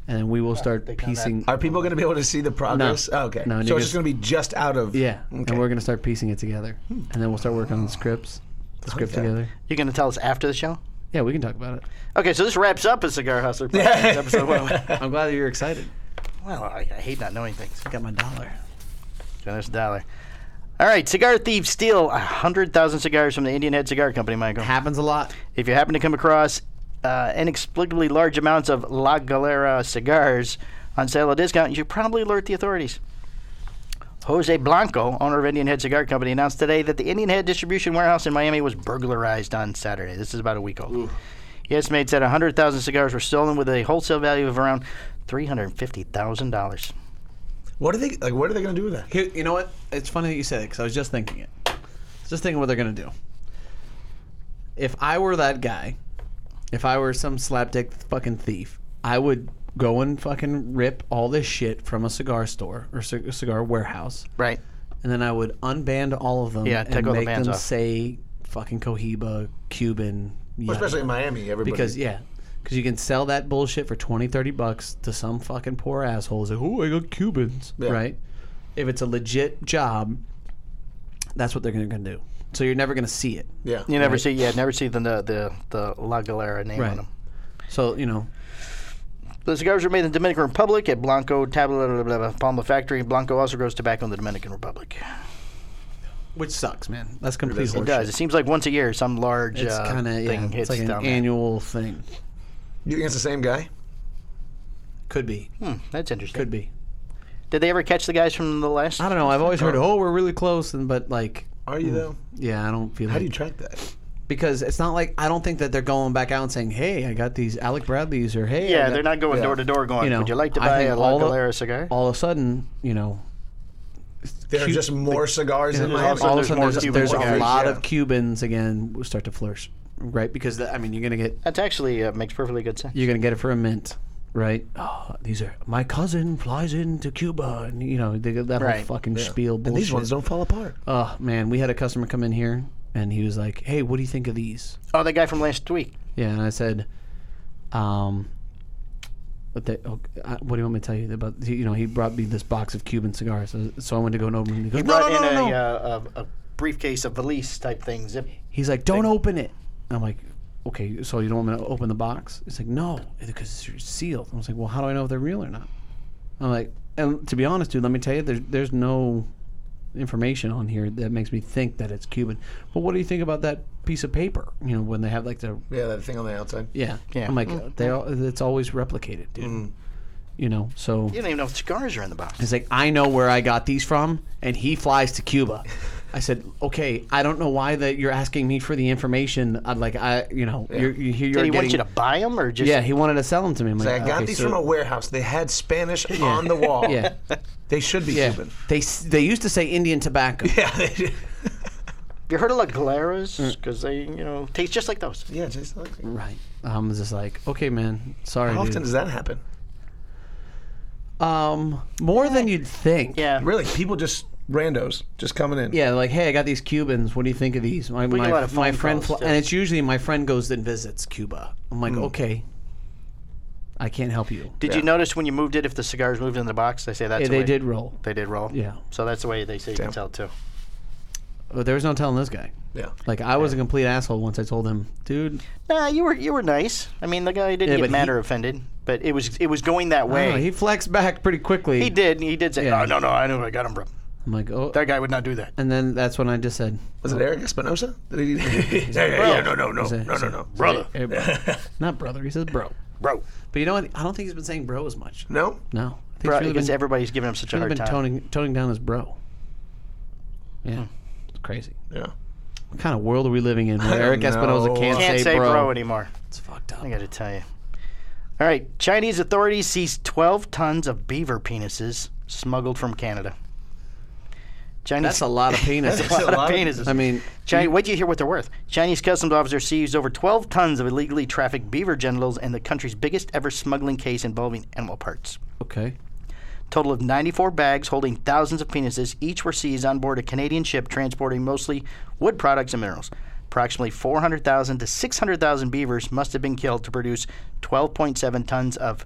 Speaker 3: and we will start
Speaker 2: they found that.
Speaker 3: piecing.
Speaker 1: Are people going to be able to see the progress? Oh, okay.
Speaker 3: No,
Speaker 1: so
Speaker 3: niggas-
Speaker 1: it's just going to be just out of.
Speaker 3: Yeah,
Speaker 1: Okay.
Speaker 3: and we're gonna start piecing it together, and then we'll start working on the scripts, the script
Speaker 1: that.
Speaker 3: together.
Speaker 2: You're gonna tell us after the show?
Speaker 3: Yeah, we can talk about it.
Speaker 2: Okay, so this wraps up a cigar hustler podcast episode. Well,
Speaker 3: I'm glad that you're excited.
Speaker 2: well, I, I hate not knowing things.
Speaker 3: Got my dollar.
Speaker 2: So there's a dollar. All right, cigar thieves steal hundred thousand cigars from the Indian Head Cigar Company, Michael.
Speaker 3: Happens a lot.
Speaker 2: If you happen to come across uh, inexplicably large amounts of La Galera cigars on sale at discount, you should probably alert the authorities. Jose Blanco, owner of Indian Head Cigar Company, announced today that the Indian Head distribution warehouse in Miami was burglarized on Saturday. This is about a week old. He estimates that 100,000 cigars were stolen with a wholesale value of around $350,000.
Speaker 1: What are they like? What are they going to do with that?
Speaker 3: Here, you know what? It's funny that you say that because I was just thinking it. I was Just thinking what they're gonna do. If I were that guy, if I were some slapdick fucking thief, I would go and fucking rip all this shit from a cigar store or c- cigar warehouse,
Speaker 2: Right.
Speaker 3: and then I would unban all of them
Speaker 2: Yeah, take
Speaker 3: and
Speaker 2: all the
Speaker 3: make
Speaker 2: bans
Speaker 3: them
Speaker 2: off.
Speaker 3: say fucking Cohiba, Cuban,
Speaker 1: Well,
Speaker 3: yada,
Speaker 1: especially in Miami, everybody.
Speaker 3: because yeah, because you can sell that bullshit for 20, 30 bucks to some fucking poor asshole. who's like, oh, I got Cubans,
Speaker 1: Yeah.
Speaker 3: right? If it's a legit job, that's what they're gonna, gonna do. So you're never gonna see it.
Speaker 1: yeah,
Speaker 2: You never see, yeah, never see the the the La Galera name on
Speaker 3: Right.
Speaker 2: them.
Speaker 3: So you know,
Speaker 2: The cigars were made in the Dominican Republic at Blanco Tabla blah, blah, blah, Palma Factory. Blanco also grows tobacco in the Dominican Republic.
Speaker 3: which sucks, man. That's complete
Speaker 2: It
Speaker 3: horseshit.
Speaker 2: does. It seems like once a year some large
Speaker 3: It's
Speaker 2: uh,
Speaker 3: kind of yeah,
Speaker 2: thing hits
Speaker 3: it's like an
Speaker 2: down there.
Speaker 3: annual thing.
Speaker 1: you think it's the same guy?
Speaker 3: Could be,
Speaker 2: Hmm, that's interesting.
Speaker 3: could be.
Speaker 2: Did they ever catch the guys from the last?
Speaker 3: I don't know. I've always heard, oh, we're really close, and but like,
Speaker 1: Are you though?
Speaker 3: yeah, I don't feel.
Speaker 1: How
Speaker 3: like,
Speaker 1: do you track that?
Speaker 3: because it's not like I don't think that they're going back out and saying, "Hey, I got these Alec Bradleys" or "Hey." I
Speaker 2: Yeah,
Speaker 3: got-"
Speaker 2: they're not going
Speaker 1: yeah.
Speaker 2: door to door going,
Speaker 3: You know,
Speaker 2: would you like to
Speaker 3: I
Speaker 2: buy
Speaker 3: think
Speaker 2: a La
Speaker 3: all the-
Speaker 2: Galera cigar?
Speaker 3: All of a sudden, you know,
Speaker 1: There are
Speaker 3: Cute-
Speaker 1: just more cigars in my
Speaker 2: all
Speaker 1: house.
Speaker 2: of a sudden
Speaker 3: all of a
Speaker 2: there's
Speaker 3: sudden
Speaker 2: more
Speaker 3: there's, there's,
Speaker 2: Cubans
Speaker 3: a
Speaker 1: again.
Speaker 3: lot
Speaker 1: Yeah.
Speaker 3: of Cubans again will start to flourish, right? Because the, I mean, you're gonna get
Speaker 2: That's actually uh, makes perfectly good sense.
Speaker 3: you're gonna get it for a mint, right? Oh, these are my cousin flies into Cuba, and you know they get that
Speaker 2: Right.
Speaker 3: whole fucking spiel bullshit.
Speaker 1: And these ones don't fall apart.
Speaker 3: Oh man, we had a customer come in here, and he was like, "Hey, what do you think of these?"
Speaker 2: Oh, the guy from last week.
Speaker 3: Yeah, and I said, um, what, they, oh, I, what do you want me to tell you about? he- You know, he brought me this box of Cuban cigars, so, so I went to go and open it. He goes, no,
Speaker 2: Brought
Speaker 3: no, no,
Speaker 2: in
Speaker 3: no,
Speaker 2: a,
Speaker 3: no.
Speaker 2: uh, a, a briefcase, a valise type thing. Zip.
Speaker 3: He's like, don't open it. And I'm like, okay, so you don't want me to open the box? He's like, no, because it's sealed. I was like, well, how do I know if they're real or not? I'm like, and to be honest, dude, let me tell you, there's, there's no information on here that makes me think that it's Cuban. But what do you think about that piece of paper? You know, when they have like the
Speaker 1: Yeah, that thing on the outside.
Speaker 3: Yeah.
Speaker 2: Yeah. Mm.
Speaker 3: I'm like, they all, it's always replicated, dude.
Speaker 1: Mm.
Speaker 3: You know, so
Speaker 2: You don't even know if cigars are in the box.
Speaker 3: he's like, I know where I got these from, and he flies to Cuba. I said, okay, I don't know why that you're asking me for the information. I'd like, I, you know, you're, you here. You're
Speaker 2: Did he
Speaker 3: getting,
Speaker 2: want you to buy them or just?
Speaker 3: yeah, he wanted to sell them to me. I'm
Speaker 1: I
Speaker 3: like,
Speaker 1: got
Speaker 3: okay,
Speaker 1: these
Speaker 3: so-
Speaker 1: from a warehouse. They had Spanish on the wall.
Speaker 3: yeah,
Speaker 1: They should be
Speaker 3: yeah.
Speaker 1: Cuban.
Speaker 3: They s- they used to say Indian tobacco.
Speaker 1: Yeah, they do.
Speaker 2: You heard of La Galeras? Because they, you know, taste just like those.
Speaker 1: Yeah, just like
Speaker 3: Right. I'm just like, okay, man. Sorry,
Speaker 1: How
Speaker 3: dude.
Speaker 1: often does that happen?
Speaker 3: um, more than you'd think.
Speaker 2: Yeah.
Speaker 1: Really, people just randos just coming in.
Speaker 3: Yeah, like, hey, I got these Cubans. What do you think of these? My,
Speaker 2: get a lot
Speaker 3: my,
Speaker 2: of
Speaker 3: my
Speaker 2: phone
Speaker 3: friend,
Speaker 2: calls,
Speaker 3: fl-
Speaker 2: too. Hmm.
Speaker 3: and it's usually my friend goes and visits Cuba. I'm like, okay, I can't help you.
Speaker 2: Did you notice when you moved it if the cigars moved in the box? They say that's.
Speaker 3: Yeah,
Speaker 2: the
Speaker 3: they
Speaker 2: way-
Speaker 3: did roll.
Speaker 2: They did roll.
Speaker 3: Yeah.
Speaker 2: So that's the way they say you
Speaker 1: Damn.
Speaker 2: can tell too.
Speaker 3: But there was no telling this guy.
Speaker 1: yeah.
Speaker 3: Like, I was a complete asshole once I told him, dude,
Speaker 2: Nah, you were you were nice. I mean, the guy didn't
Speaker 3: Yeah,
Speaker 2: get
Speaker 3: but
Speaker 2: mad
Speaker 3: he-
Speaker 2: or offended, but it was it was going that
Speaker 3: I
Speaker 2: way.
Speaker 3: don't know,
Speaker 2: he,
Speaker 3: he flexed back pretty quickly.
Speaker 2: did. He did say,
Speaker 3: Yeah.
Speaker 2: "Oh no, no, I know where I got him from.
Speaker 3: I'm like, oh.
Speaker 2: That guy would not do that."
Speaker 3: And then that's when I just said,
Speaker 1: Was it Eric Espinosa? Did he? yeah, yeah, yeah, no, no, no, no, no, no.
Speaker 2: Brother,
Speaker 3: hey, bro. not brother. He says bro.
Speaker 2: bro,
Speaker 3: But you know what? I don't think he's been saying bro as much.
Speaker 1: No.
Speaker 3: No. I think
Speaker 2: bro,
Speaker 3: it's really
Speaker 2: because
Speaker 3: been-
Speaker 2: everybody's giving him such a
Speaker 3: really
Speaker 2: hard time.
Speaker 3: been toning, toning down his bro. Yeah.
Speaker 2: Hmm.
Speaker 3: It's crazy.
Speaker 1: Yeah.
Speaker 3: What kind of world are we living in where Eric
Speaker 1: don't
Speaker 3: Espinosa
Speaker 1: know.
Speaker 3: can't,
Speaker 2: Can't
Speaker 3: say, bro?
Speaker 2: anymore.
Speaker 3: It's fucked up.
Speaker 2: I got to tell you. All right, Chinese authorities seized 12 tons of beaver penises smuggled from Canada. Chinese.
Speaker 3: That's a lot of penis.
Speaker 2: That's a lot of
Speaker 1: lot of-
Speaker 2: penises.
Speaker 3: I mean,
Speaker 2: Chi- wait till you hear what they're worth. Chinese customs officers seized over 12 tons of illegally trafficked beaver genitals in the country's biggest ever smuggling case involving animal parts.
Speaker 3: okay.
Speaker 2: Total of 94 bags holding thousands of penises, each were seized on board a Canadian ship transporting mostly wood products and minerals. Approximately 400,000 to 600,000 beavers must have been killed to produce 12.7 tons of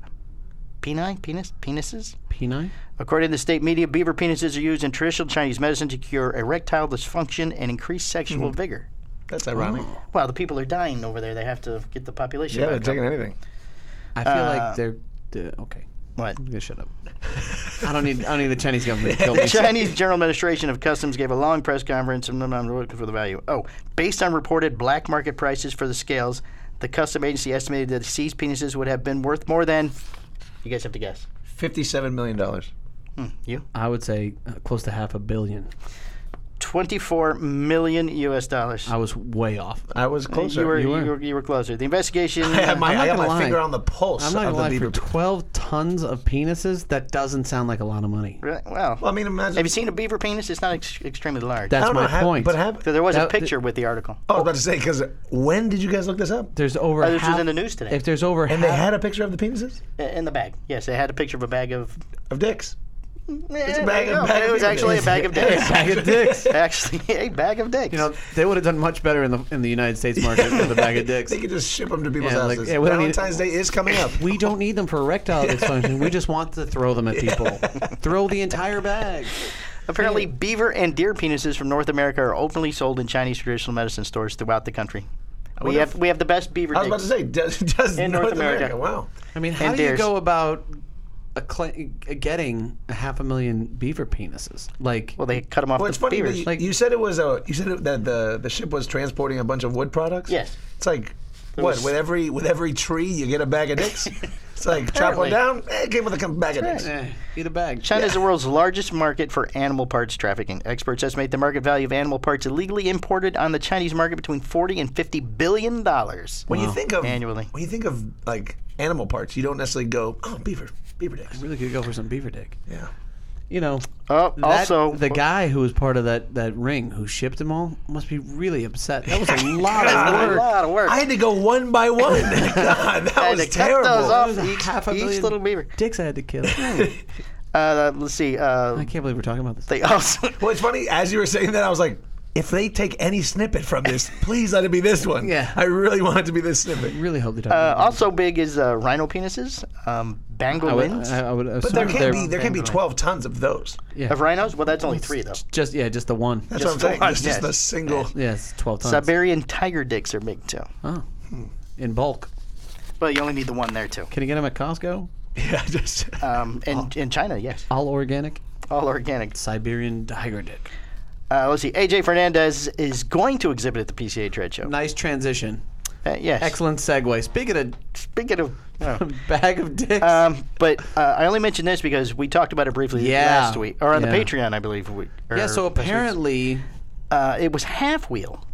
Speaker 2: peni, penis, penises.
Speaker 3: Peni?
Speaker 2: According to the state media, beaver penises are used in traditional Chinese medicine to cure erectile dysfunction and increase sexual vigor.
Speaker 1: That's ironic.
Speaker 3: Oh.
Speaker 2: Well, the people are dying over there. They have to get the population
Speaker 1: Yeah, they're
Speaker 2: back up.
Speaker 1: taking anything.
Speaker 3: I feel
Speaker 2: Uh,
Speaker 3: like they're, they're- okay.
Speaker 2: What?
Speaker 3: I'm gonna shut up. I don't need. I don't need the Chinese government to kill me.
Speaker 2: Chinese General Administration of Customs gave a long press conference and I'm looking for the value. Oh, based on reported black market prices for the scales, the custom agency estimated that the seized penises would have been worth more than. You guys have to guess. Hmm,
Speaker 1: Fifty-seven million dollars.
Speaker 2: You?
Speaker 3: I would say uh, close to half a billion.
Speaker 2: 24 million US dollars.
Speaker 3: I was way off.
Speaker 1: I was closer.
Speaker 2: You were, you,
Speaker 3: you
Speaker 2: were.
Speaker 3: were.
Speaker 2: You, were, closer. The investigation.
Speaker 1: I had my,
Speaker 3: I'm not
Speaker 1: I had
Speaker 3: gonna
Speaker 1: my
Speaker 3: lie.
Speaker 1: finger on the pulse
Speaker 3: I'm not
Speaker 1: of
Speaker 3: gonna
Speaker 1: the
Speaker 3: lie. For
Speaker 1: beaver.
Speaker 3: 12 tons of penises, that doesn't sound like a lot of money.
Speaker 2: Really? Well,
Speaker 1: well, I mean, imagine.
Speaker 2: have you seen a beaver penis? It's not ex- extremely large.
Speaker 1: I
Speaker 3: That's
Speaker 1: don't
Speaker 3: my
Speaker 1: know, have-
Speaker 3: point.
Speaker 1: But have,
Speaker 2: So there was a
Speaker 3: that-
Speaker 2: picture with the article.
Speaker 1: I was about to say because when did you guys look this up?
Speaker 3: There's over.
Speaker 2: Oh, this was
Speaker 3: half,
Speaker 2: in the news today.
Speaker 3: If there's over
Speaker 1: And
Speaker 3: half,
Speaker 1: they had a picture of the penises
Speaker 2: In the bag. Yes, they had a picture of a bag of.
Speaker 1: of dicks.
Speaker 2: It's
Speaker 1: a bag- a bag
Speaker 2: it was
Speaker 1: of
Speaker 2: actually a
Speaker 1: dicks.
Speaker 2: bag of dicks.
Speaker 3: bag of dicks.
Speaker 2: actually, a bag of dicks.
Speaker 3: You know, they would have done much better in the in the United States market with a bag of dicks.
Speaker 1: They could just ship them to people's
Speaker 3: Yeah, like,
Speaker 1: houses.
Speaker 3: yeah, we don't need-
Speaker 1: Valentine's Day is coming up.
Speaker 3: We don't need them for erectile dysfunction. We just want to throw them at people. throw the entire bag.
Speaker 2: Apparently, beaver and deer penises from North America are openly sold in Chinese traditional medicine stores throughout the country. We
Speaker 1: wonder
Speaker 2: have
Speaker 1: if-
Speaker 2: we have the best beaver
Speaker 1: I was about to
Speaker 2: dicks.
Speaker 1: say does, does
Speaker 2: In
Speaker 1: North
Speaker 2: North America.
Speaker 1: America. Wow.
Speaker 3: I mean, how
Speaker 2: And
Speaker 3: do you
Speaker 2: deers.
Speaker 3: go about a cl- getting a half a million beaver penises? Like,
Speaker 2: Well, they cut them off
Speaker 1: Well,
Speaker 2: the
Speaker 1: it's funny. that
Speaker 2: beavers.
Speaker 1: You,
Speaker 3: like-
Speaker 1: you said it was a. You said it, that the the ship was transporting a bunch of wood products.
Speaker 2: Yes.
Speaker 1: It's like. What
Speaker 2: was-
Speaker 1: with every with every tree you get a bag of dicks? It's like chop one
Speaker 2: Apparently.
Speaker 1: down, eh, give with a com- bag of dicks.
Speaker 3: Eh, eat a bag.
Speaker 2: China is the world's largest market for animal parts trafficking. Experts estimate the market value of animal parts illegally imported on the Chinese market between 40 and 50 billion dollars.
Speaker 1: When you think of
Speaker 2: Annually.
Speaker 1: when you think of like animal parts, you don't necessarily go, oh, beaver, beaver dicks.
Speaker 3: Really could go for some beaver dick.
Speaker 1: Yeah.
Speaker 3: You know.
Speaker 2: Oh,
Speaker 3: that-
Speaker 2: also,
Speaker 3: the guy who was part of that, that ring who shipped them all must be really upset. That was a lot of
Speaker 2: a
Speaker 3: work.
Speaker 2: lot of work.
Speaker 1: I had to go one by one. God, that
Speaker 2: had
Speaker 1: was
Speaker 2: to cut
Speaker 1: terrible.
Speaker 2: those
Speaker 3: It was
Speaker 2: off
Speaker 3: a
Speaker 2: each,
Speaker 3: half a
Speaker 2: each
Speaker 3: million
Speaker 2: little beaver.
Speaker 3: Dicks I had to kill.
Speaker 2: Uh, let's see. Uh,
Speaker 3: I can't believe we're talking about this.
Speaker 2: they also
Speaker 1: Well, it's funny. As you were saying that, I was like, if they take any snippet from this, please let it be this one.
Speaker 3: Yeah.
Speaker 1: I really want it to be this snippet.
Speaker 3: really hope they talk
Speaker 2: uh,
Speaker 3: about
Speaker 2: also big is uh, rhino penises, um,
Speaker 3: I would,
Speaker 2: pangolins
Speaker 3: I, I would
Speaker 1: But
Speaker 3: assume
Speaker 1: there
Speaker 3: that
Speaker 1: can't
Speaker 3: they're-
Speaker 1: be there can't be twelve tons of those.
Speaker 2: of rhinos. Well, that's only three though.
Speaker 3: Just yeah, just the one.
Speaker 1: That's
Speaker 2: Just
Speaker 1: what I'm saying.
Speaker 2: one,
Speaker 1: It's just
Speaker 2: yes.
Speaker 1: the single.
Speaker 3: Yeah, it's twelve tons.
Speaker 2: Siberian tiger dicks are big too,
Speaker 3: Oh, in bulk.
Speaker 2: but you only need the one there too.
Speaker 3: Can you get them at Costco?
Speaker 1: Yeah, just
Speaker 2: Um,
Speaker 3: Oh.
Speaker 2: in, in China, yes,
Speaker 3: All organic
Speaker 2: all organic.
Speaker 3: Siberian tiger dick.
Speaker 2: Uh, let's see. AJ Fernandez is going to exhibit at the PCA trade show.
Speaker 3: Nice transition.
Speaker 2: Uh, yes.
Speaker 3: Excellent segue. Speaking
Speaker 2: Speaking of, oh.
Speaker 3: of bag of dicks,
Speaker 2: um, but uh, I only mentioned this because we talked about it briefly
Speaker 3: Yeah.
Speaker 2: last week, or on
Speaker 3: Yeah.
Speaker 2: the Patreon, I believe. We, or
Speaker 3: yeah. So
Speaker 2: last week's.
Speaker 3: apparently,
Speaker 2: uh, it was Half Wheel.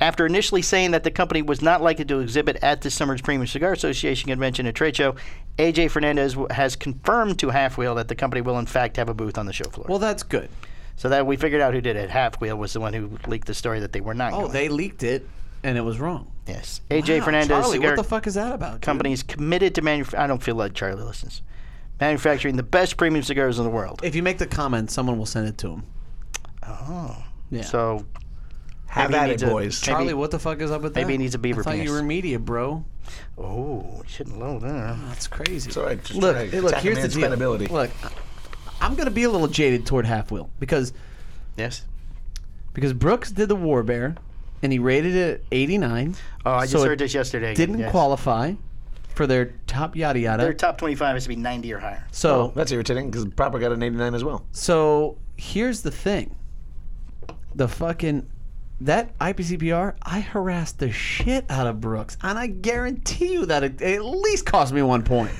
Speaker 2: After initially saying that the company was not likely to exhibit at this summer's Premium Cigar Association convention and trade show, AJ Fernandez w- has confirmed to Half Wheel that the company will in fact have a booth on the show floor.
Speaker 3: well, that's good.
Speaker 2: so that we figured out who did it. Half Wheel was the one who leaked the story that they were not.
Speaker 3: Oh,
Speaker 2: going.
Speaker 3: they leaked it, and it was wrong.
Speaker 2: yes. AJ
Speaker 3: Wow,
Speaker 2: Fernandez
Speaker 3: Charlie,
Speaker 2: cigar
Speaker 3: what the fuck is that about? dude?
Speaker 2: company is committed to manufacturing. I don't feel like Charlie listens. Manufacturing the best premium cigars in the world.
Speaker 3: If you make the comment, someone will send it to him. Oh. Yeah.
Speaker 2: So
Speaker 1: have
Speaker 2: Maybe you
Speaker 1: at
Speaker 2: need
Speaker 1: it,
Speaker 2: to-
Speaker 1: boys.
Speaker 2: maybe-
Speaker 3: Charlie, what the fuck is up with that?
Speaker 2: maybe he needs a beaver
Speaker 3: I thought
Speaker 2: penis.
Speaker 3: you were media, bro.
Speaker 2: oh, shouldn't load there.
Speaker 3: That's crazy.
Speaker 1: It's all right. Just
Speaker 3: look,
Speaker 1: try to
Speaker 3: hey, look.
Speaker 1: attack a
Speaker 3: Here's the
Speaker 1: man's
Speaker 3: deal.
Speaker 1: credibility.
Speaker 3: Look, I'm gonna be a little jaded toward Half Wheel because
Speaker 2: Yes.
Speaker 3: because Brooks did the War Bear, and he rated it 89.
Speaker 2: Oh, I just
Speaker 3: so it
Speaker 2: heard this yesterday. again,
Speaker 3: Didn't
Speaker 2: yes.
Speaker 3: qualify for their top yada yada.
Speaker 2: Their top 25 has to be 90 or higher.
Speaker 3: so
Speaker 1: That's irritating because Proper got an 89 as well.
Speaker 3: so here's the thing. The fucking that IPCPR, I harassed the shit out of Brooks, and I guarantee you that it, it at least cost me one point,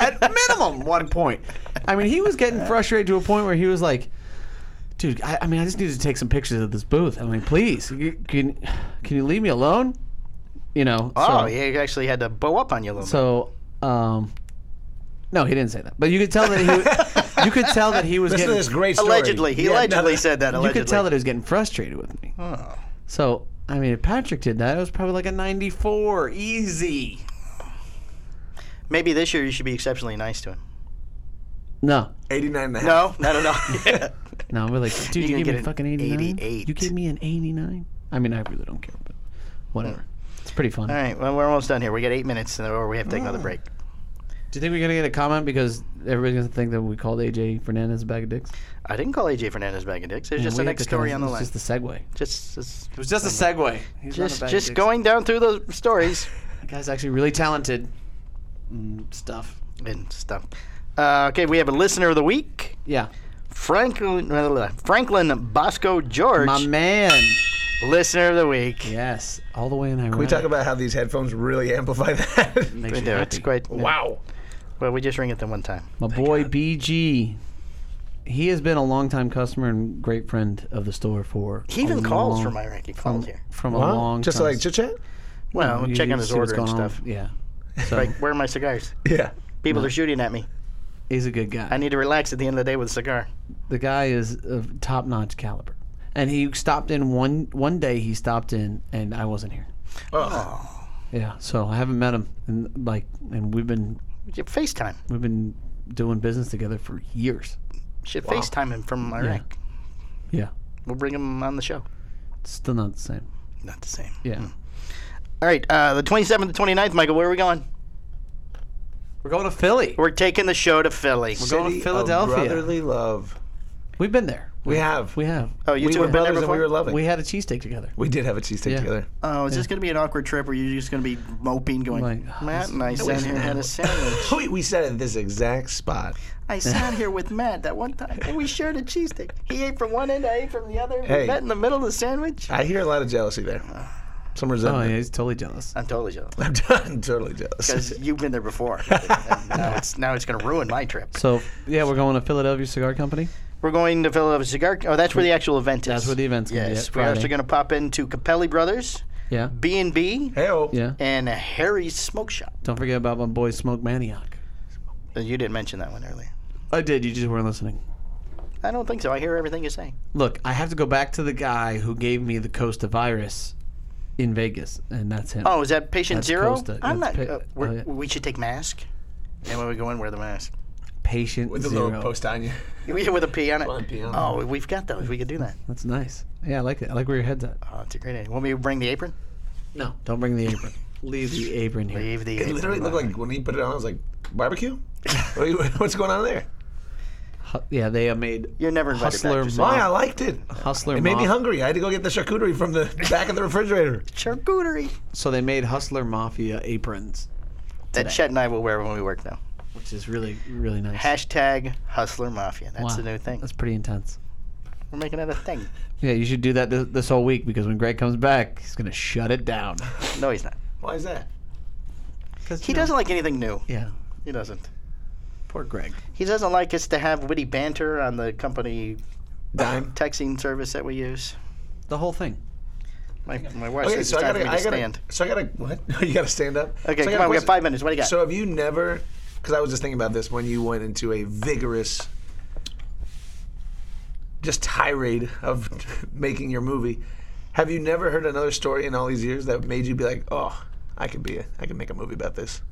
Speaker 3: at minimum one point. I mean, he was getting frustrated to a point where he was like, "Dude, I, I mean, I just need to take some pictures of this booth. I mean, please, you- can can you leave me alone? You know."
Speaker 2: Oh,
Speaker 3: so-
Speaker 2: he actually had to bow up on you a little
Speaker 3: So, um, no, he didn't say that. But you could tell that he, you could tell that he was
Speaker 1: Listen to
Speaker 3: getting,
Speaker 1: this great
Speaker 2: bit.
Speaker 1: story.
Speaker 2: Allegedly. He
Speaker 1: Yeah,
Speaker 2: allegedly
Speaker 1: no,
Speaker 2: said that.
Speaker 3: you
Speaker 2: Allegedly. Oh.
Speaker 3: could tell that he was getting frustrated with me. So, I mean, if Patrick did that, it was probably like a 94, easy.
Speaker 2: Maybe this year you should be exceptionally nice to him.
Speaker 3: No,
Speaker 1: 89 and a half.
Speaker 2: No, not at all.
Speaker 3: no, we're like, dude, you,
Speaker 2: You're gonna
Speaker 3: gave
Speaker 2: get
Speaker 3: me a
Speaker 2: an
Speaker 3: fucking 89.
Speaker 2: 88.
Speaker 3: You gave me an 89. I mean, I really don't care, but whatever. It's pretty fun.
Speaker 2: all right, well, we're almost done here. We got eight minutes, or we have to take
Speaker 3: Oh.
Speaker 2: another break.
Speaker 3: Do you think we're gonna get a comment because everybody's gonna think that we called AJ Fernandez a bag of dicks?
Speaker 2: I didn't call AJ Fernandez back in dicks. It's just
Speaker 3: We
Speaker 2: the
Speaker 3: have
Speaker 2: next
Speaker 3: to kinda-
Speaker 2: story on the
Speaker 3: it's
Speaker 2: line.
Speaker 3: Just the segue.
Speaker 2: Just, just,
Speaker 3: It was just a segue.
Speaker 2: just, just going down through those stories
Speaker 3: guy's actually really talented. Mm, stuff.
Speaker 2: and stuff. Uh, okay, we have a listener of the week,
Speaker 3: Yeah.
Speaker 2: Franklin uh, Franklin Bosco George,
Speaker 3: My man.
Speaker 2: listener of the week.
Speaker 3: Yes. All the way in Iraq.
Speaker 1: Can we talk about how these headphones really amplify that?
Speaker 3: Makes
Speaker 2: They
Speaker 3: you
Speaker 2: do. It's
Speaker 3: happy.
Speaker 2: quite.
Speaker 1: wow.
Speaker 2: Well, we just ring it the one time.
Speaker 3: My boy BG. He has been a longtime customer and great friend of the store for.
Speaker 2: He
Speaker 3: a
Speaker 2: even calls
Speaker 3: long-
Speaker 2: from Iraq. He
Speaker 3: from,
Speaker 2: calls here.
Speaker 3: from a
Speaker 1: Wow.
Speaker 3: long
Speaker 1: Just
Speaker 3: time.
Speaker 1: like chit chat?
Speaker 2: Well, I'm
Speaker 3: You-
Speaker 2: checking
Speaker 3: you
Speaker 2: his
Speaker 3: see what's
Speaker 2: order and
Speaker 3: going on.
Speaker 2: stuff.
Speaker 3: Yeah. So
Speaker 2: Like, where are my cigars?
Speaker 1: Yeah.
Speaker 2: People are shooting at me.
Speaker 3: he's a good
Speaker 2: I
Speaker 3: guy.
Speaker 2: need to relax at the end of the day with a cigar.
Speaker 3: The guy is of top notch caliber. And he stopped in one one day. He stopped in, and I wasn't here.
Speaker 1: Oh.
Speaker 3: Yeah. So I haven't met him, and like, and we've been
Speaker 2: You should FaceTime.
Speaker 3: We've been doing business together for years.
Speaker 2: You should FaceTime him from Iraq.
Speaker 3: Yeah.
Speaker 2: We'll bring him on the show.
Speaker 3: Still not the same.
Speaker 2: Not the same.
Speaker 3: Yeah.
Speaker 2: All right, uh, the 27th to 29th, Michael, where are we going?
Speaker 3: We're going to Philly.
Speaker 2: We're taking the show to Philly.
Speaker 3: going to
Speaker 1: City of
Speaker 3: Philadelphia.
Speaker 1: brotherly love.
Speaker 3: We've been there.
Speaker 1: We have.
Speaker 3: We have.
Speaker 2: Oh, you
Speaker 1: we
Speaker 2: two
Speaker 1: were
Speaker 2: have been there
Speaker 1: brothers and
Speaker 2: before?
Speaker 1: we were loving.
Speaker 3: We had a cheesesteak together.
Speaker 1: We did have a cheesesteak
Speaker 3: Yeah.
Speaker 1: together.
Speaker 2: oh, is this going to be an awkward trip where you're just going to be moping, going,
Speaker 3: Like, oh,
Speaker 2: Matt
Speaker 3: this-
Speaker 2: and I sat here and had a sandwich.
Speaker 1: Oh, We, we sat at this exact spot.
Speaker 2: I sat here with Matt that one time, and we shared a cheesesteak. He ate from one end, I ate from the other.
Speaker 1: Hey.
Speaker 2: We met in the middle of the sandwich.
Speaker 1: I hear a lot of jealousy there. Some
Speaker 3: Oh, yeah,
Speaker 1: resentment.
Speaker 3: he's totally jealous.
Speaker 2: I'm totally jealous
Speaker 3: Oh,
Speaker 1: I'm, I'm totally jealous.
Speaker 2: because you've been there before. And now it's now it's gonna ruin my trip.
Speaker 3: So, yeah, we're going to Philadelphia Cigar Company.
Speaker 2: We're going to Philadelphia Cigar. Oh, that's where the actual event is.
Speaker 3: That's where the event's gonna be
Speaker 2: Yes,
Speaker 3: at,
Speaker 2: we're
Speaker 3: Friday.
Speaker 2: actually gonna pop into Capelli Brothers,
Speaker 3: Yeah.
Speaker 2: B and B,
Speaker 1: Heyo.
Speaker 3: Yeah.
Speaker 2: and Harry's Smoke Shop.
Speaker 3: Don't forget about my boy Smoke Maniac.
Speaker 2: Uh, You didn't mention that one earlier.
Speaker 3: I did. You just weren't listening.
Speaker 2: I don't think so. I hear everything you're saying.
Speaker 3: Look, I have to go back to the guy who gave me the Costa virus in Vegas, and that's him.
Speaker 2: Oh, is that patient
Speaker 3: That's
Speaker 2: zero?
Speaker 3: Costa.
Speaker 2: I'm
Speaker 3: That's
Speaker 2: not.
Speaker 3: pa-
Speaker 2: uh, we're,
Speaker 3: oh, yeah.
Speaker 2: We should take mask. And when we go in, wear the mask.
Speaker 3: patient
Speaker 1: With the
Speaker 3: zero.
Speaker 1: little post on you.
Speaker 2: Yeah, With a P on it.
Speaker 1: Fun P on it.
Speaker 2: Oh, we've got those. We could do that.
Speaker 3: That's nice. Yeah, I like that. I like where your head's at.
Speaker 2: Oh, it's a great idea. Want me to bring the apron?
Speaker 3: No, don't bring the apron. Leave the apron here.
Speaker 2: Leave the
Speaker 1: It
Speaker 2: apron.
Speaker 1: literally looked like when he put it on, I was like, barbecue? What are you- What's going on there?
Speaker 3: Hu- Yeah, they uh, made
Speaker 2: You're never invited
Speaker 3: Hustler
Speaker 2: back. just-
Speaker 1: Why? I liked it.
Speaker 3: Hustler.
Speaker 1: It made me
Speaker 3: Maf-
Speaker 1: hungry. I had to go get the charcuterie from the back of the refrigerator.
Speaker 2: Charcuterie.
Speaker 3: So they made Hustler Mafia aprons,
Speaker 2: That Chet and I will wear when we work, though.
Speaker 3: which is really really nice.
Speaker 2: Hashtag Hustler Mafia. That's
Speaker 3: Wow.
Speaker 2: the new thing.
Speaker 3: That's pretty intense.
Speaker 2: We're making that a thing.
Speaker 3: Yeah, you should do that this, this whole week because when Greg comes back, he's gonna shut it down.
Speaker 2: No, he's not.
Speaker 1: Why is that?
Speaker 2: He doesn't like anything new.
Speaker 3: Yeah,
Speaker 2: He doesn't.
Speaker 3: poor Greg.
Speaker 2: He doesn't like us to have witty banter on the company
Speaker 1: Dime.
Speaker 2: texting service that we use.
Speaker 3: The whole thing.
Speaker 2: My, my wife
Speaker 1: Okay,
Speaker 2: says
Speaker 1: so
Speaker 2: it's
Speaker 1: I
Speaker 2: time
Speaker 1: gotta,
Speaker 2: for me to
Speaker 1: I gotta,
Speaker 2: stand.
Speaker 1: so I gotta, what? you gotta stand up. so
Speaker 2: Okay,
Speaker 1: I got a
Speaker 2: come on. We got
Speaker 1: question.
Speaker 2: five minutes. What do you got?
Speaker 1: So have you never? Because I was just thinking about this when you went into a vigorous, just tirade of making your movie. Have you never heard another story in all these years that made you be like, "Oh, I could be, a, I could make a movie about this"?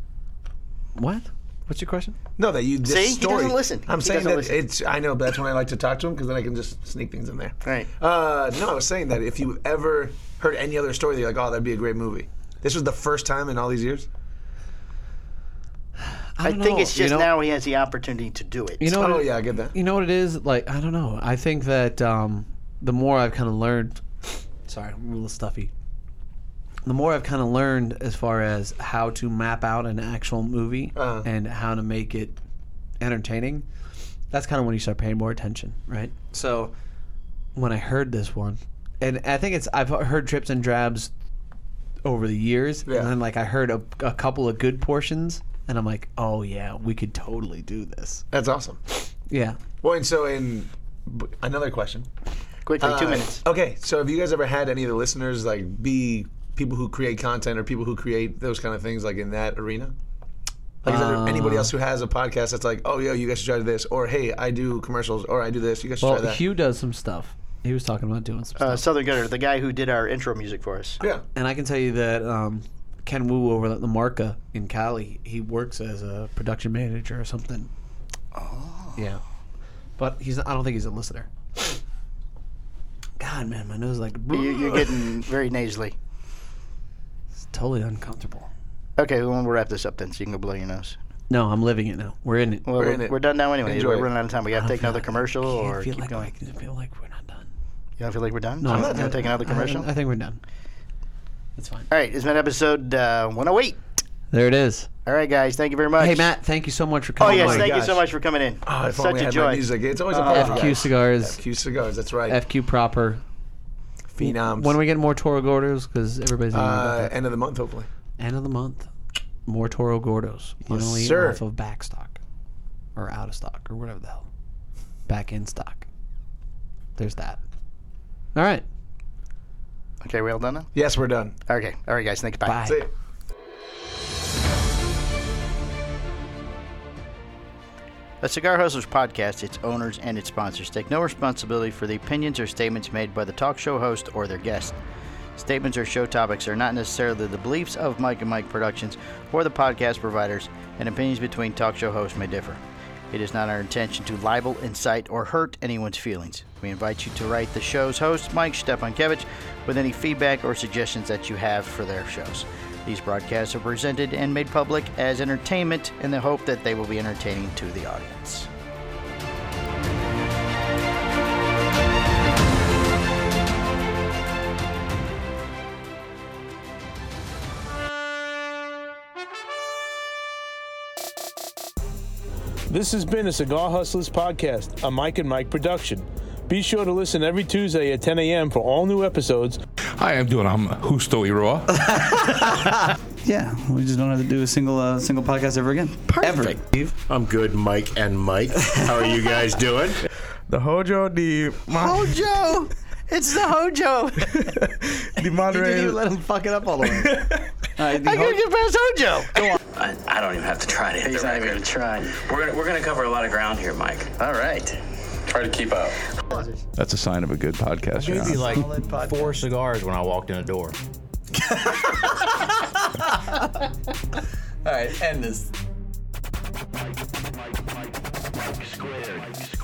Speaker 3: What? What's your question?
Speaker 1: No, that you. This
Speaker 2: See? He
Speaker 1: story,
Speaker 2: doesn't listen.
Speaker 1: I'm
Speaker 2: He
Speaker 1: saying
Speaker 2: doesn't
Speaker 1: that
Speaker 2: listen.
Speaker 1: it's. I know but that's when I like to talk to him because then I can just sneak things in there.
Speaker 2: Right.
Speaker 1: Uh, no, I was saying that if you ever heard any other story, that you're like, "Oh, that'd be a great movie." This was the first time in all these years.
Speaker 2: I,
Speaker 3: don't
Speaker 2: think
Speaker 3: know.
Speaker 2: it's
Speaker 3: You
Speaker 2: just
Speaker 3: know-
Speaker 2: now he has the opportunity to do it.
Speaker 3: You know. what
Speaker 1: Oh
Speaker 3: it-
Speaker 1: yeah, I get that.
Speaker 3: You know what it is? Like, I don't know. I think that um, the more I've kind of learned, sorry, I'm a little stuffy. The more I've kind of learned as far as how to map out an actual movie
Speaker 1: Uh-huh.
Speaker 3: and how to make it entertaining, that's kind of when you start paying more attention, right? So when I heard this one, and I think it's, I've heard trips and drabs over the years,
Speaker 1: Yeah.
Speaker 3: and then like I heard a, a couple of good portions, and I'm like, oh yeah, we could totally do this.
Speaker 1: That's awesome.
Speaker 3: Yeah.
Speaker 1: Well, and so in b- another question.
Speaker 2: Quickly, two
Speaker 1: Uh,
Speaker 2: minutes.
Speaker 1: Okay, so have you guys ever had any of the listeners like be people who create content or people who create those kind of things like in that arena? Like, is
Speaker 2: Uh,
Speaker 1: there anybody else who has a podcast that's like, oh, yo, you guys should try this, or hey, I do commercials, or I do this, you guys should
Speaker 3: Well,
Speaker 1: try that.
Speaker 3: Hugh does some stuff. He was talking about doing some
Speaker 2: Uh,
Speaker 3: stuff.
Speaker 2: Southern Gutter, the guy who did our intro music for us.
Speaker 1: yeah.
Speaker 3: And I can tell you that um, Ken Wu over at the Marca in Cali, he works as a production manager or something. Oh. Yeah. But he's I don't think he's a listener. God, man, my nose is like
Speaker 2: You, you're getting very nasally.
Speaker 3: it's totally uncomfortable.
Speaker 2: Okay, well, we'll wrap this up then so you can go blow your nose.
Speaker 3: No, I'm living it now. We're in it.
Speaker 2: Well,
Speaker 1: We're
Speaker 2: we're,
Speaker 1: in it.
Speaker 2: we're done now anyway.
Speaker 1: Enjoy
Speaker 2: we're
Speaker 1: it.
Speaker 2: running out of time. We got to take
Speaker 3: feel
Speaker 2: another
Speaker 3: like-
Speaker 2: commercial
Speaker 3: I
Speaker 2: or
Speaker 3: feel
Speaker 2: keep
Speaker 3: like,
Speaker 2: going.
Speaker 3: I can feel like we're not done.
Speaker 2: You don't feel like we're done?
Speaker 3: No, I'm
Speaker 2: You
Speaker 3: not
Speaker 2: wanna
Speaker 3: done.
Speaker 2: take another
Speaker 3: I- I-
Speaker 2: commercial?
Speaker 3: I, think we're done. That's fine.
Speaker 2: All right, it's been episode uh, 108.
Speaker 3: There it is.
Speaker 2: All right, guys, thank you very much.
Speaker 3: Hey, Matt, thank you so much for
Speaker 2: Oh,
Speaker 3: coming.
Speaker 2: yes,
Speaker 1: my
Speaker 2: thank you
Speaker 1: gosh.
Speaker 2: so much for coming in.
Speaker 1: Oh, if
Speaker 2: Such
Speaker 1: only I
Speaker 2: a
Speaker 1: had
Speaker 2: joy.
Speaker 1: my music. It's always a
Speaker 2: Uh,
Speaker 1: pleasure.
Speaker 3: FQ
Speaker 1: guys.
Speaker 3: Cigars.
Speaker 1: FQ cigars. That's right.
Speaker 3: FQ proper.
Speaker 1: Phenoms.
Speaker 3: When are we getting more Toro Gordos? Because everybody's thinking about
Speaker 1: uh,
Speaker 3: that.
Speaker 1: end of the month, hopefully.
Speaker 3: end of the month. More Toro Gordos, finally
Speaker 1: sir.
Speaker 3: off of back stock, or out of stock, or whatever the hell, back in stock. There's that. All right.
Speaker 2: Okay, we all done now?
Speaker 1: Yes, we're done.
Speaker 2: Okay, all right, guys, thanks. Bye.
Speaker 3: Bye.
Speaker 1: That's it.
Speaker 2: The Cigar Hustlers podcast, its owners, and its sponsors take no responsibility for the opinions or statements made by the talk show host or their guest. Statements or show topics are not necessarily the beliefs of Mike and Mike Productions or the podcast providers, and opinions between talk show hosts may differ. It is not our intention to libel, incite, or hurt anyone's feelings. We invite you to write the show's host, Mike Stepankevich, with any feedback or suggestions that you have for their shows. These broadcasts are presented and made public as entertainment in the hope that they will be entertaining to the audience.
Speaker 6: This has been a Cigar Hustlers podcast, a Mike and Mike production. Be sure to listen every Tuesday at 10 a.m. for all new episodes
Speaker 7: Hi, I'm doing. I'm Husto Iroa.
Speaker 3: Yeah, we just don't have to do a single uh, single podcast ever again. Perfect. Ever.
Speaker 8: I'm good, Mike and Mike. How are you guys doing?
Speaker 9: The Hojo, the, mo-
Speaker 3: Hojo, it's the Hojo.
Speaker 9: the
Speaker 3: You didn't even
Speaker 9: moderator.
Speaker 3: let him fuck it up all the way. all right, the
Speaker 2: I gotta
Speaker 3: Ho-
Speaker 2: get past Hojo.
Speaker 10: I, I don't even have to try to hit He's the record. Even try. We're gonna we're gonna cover a lot of ground here, Mike. All right. Try to keep up.
Speaker 7: That's a sign of a good podcast. you're on.
Speaker 8: like four cigars when I walked in the door.
Speaker 3: all right, end this.
Speaker 10: Squared.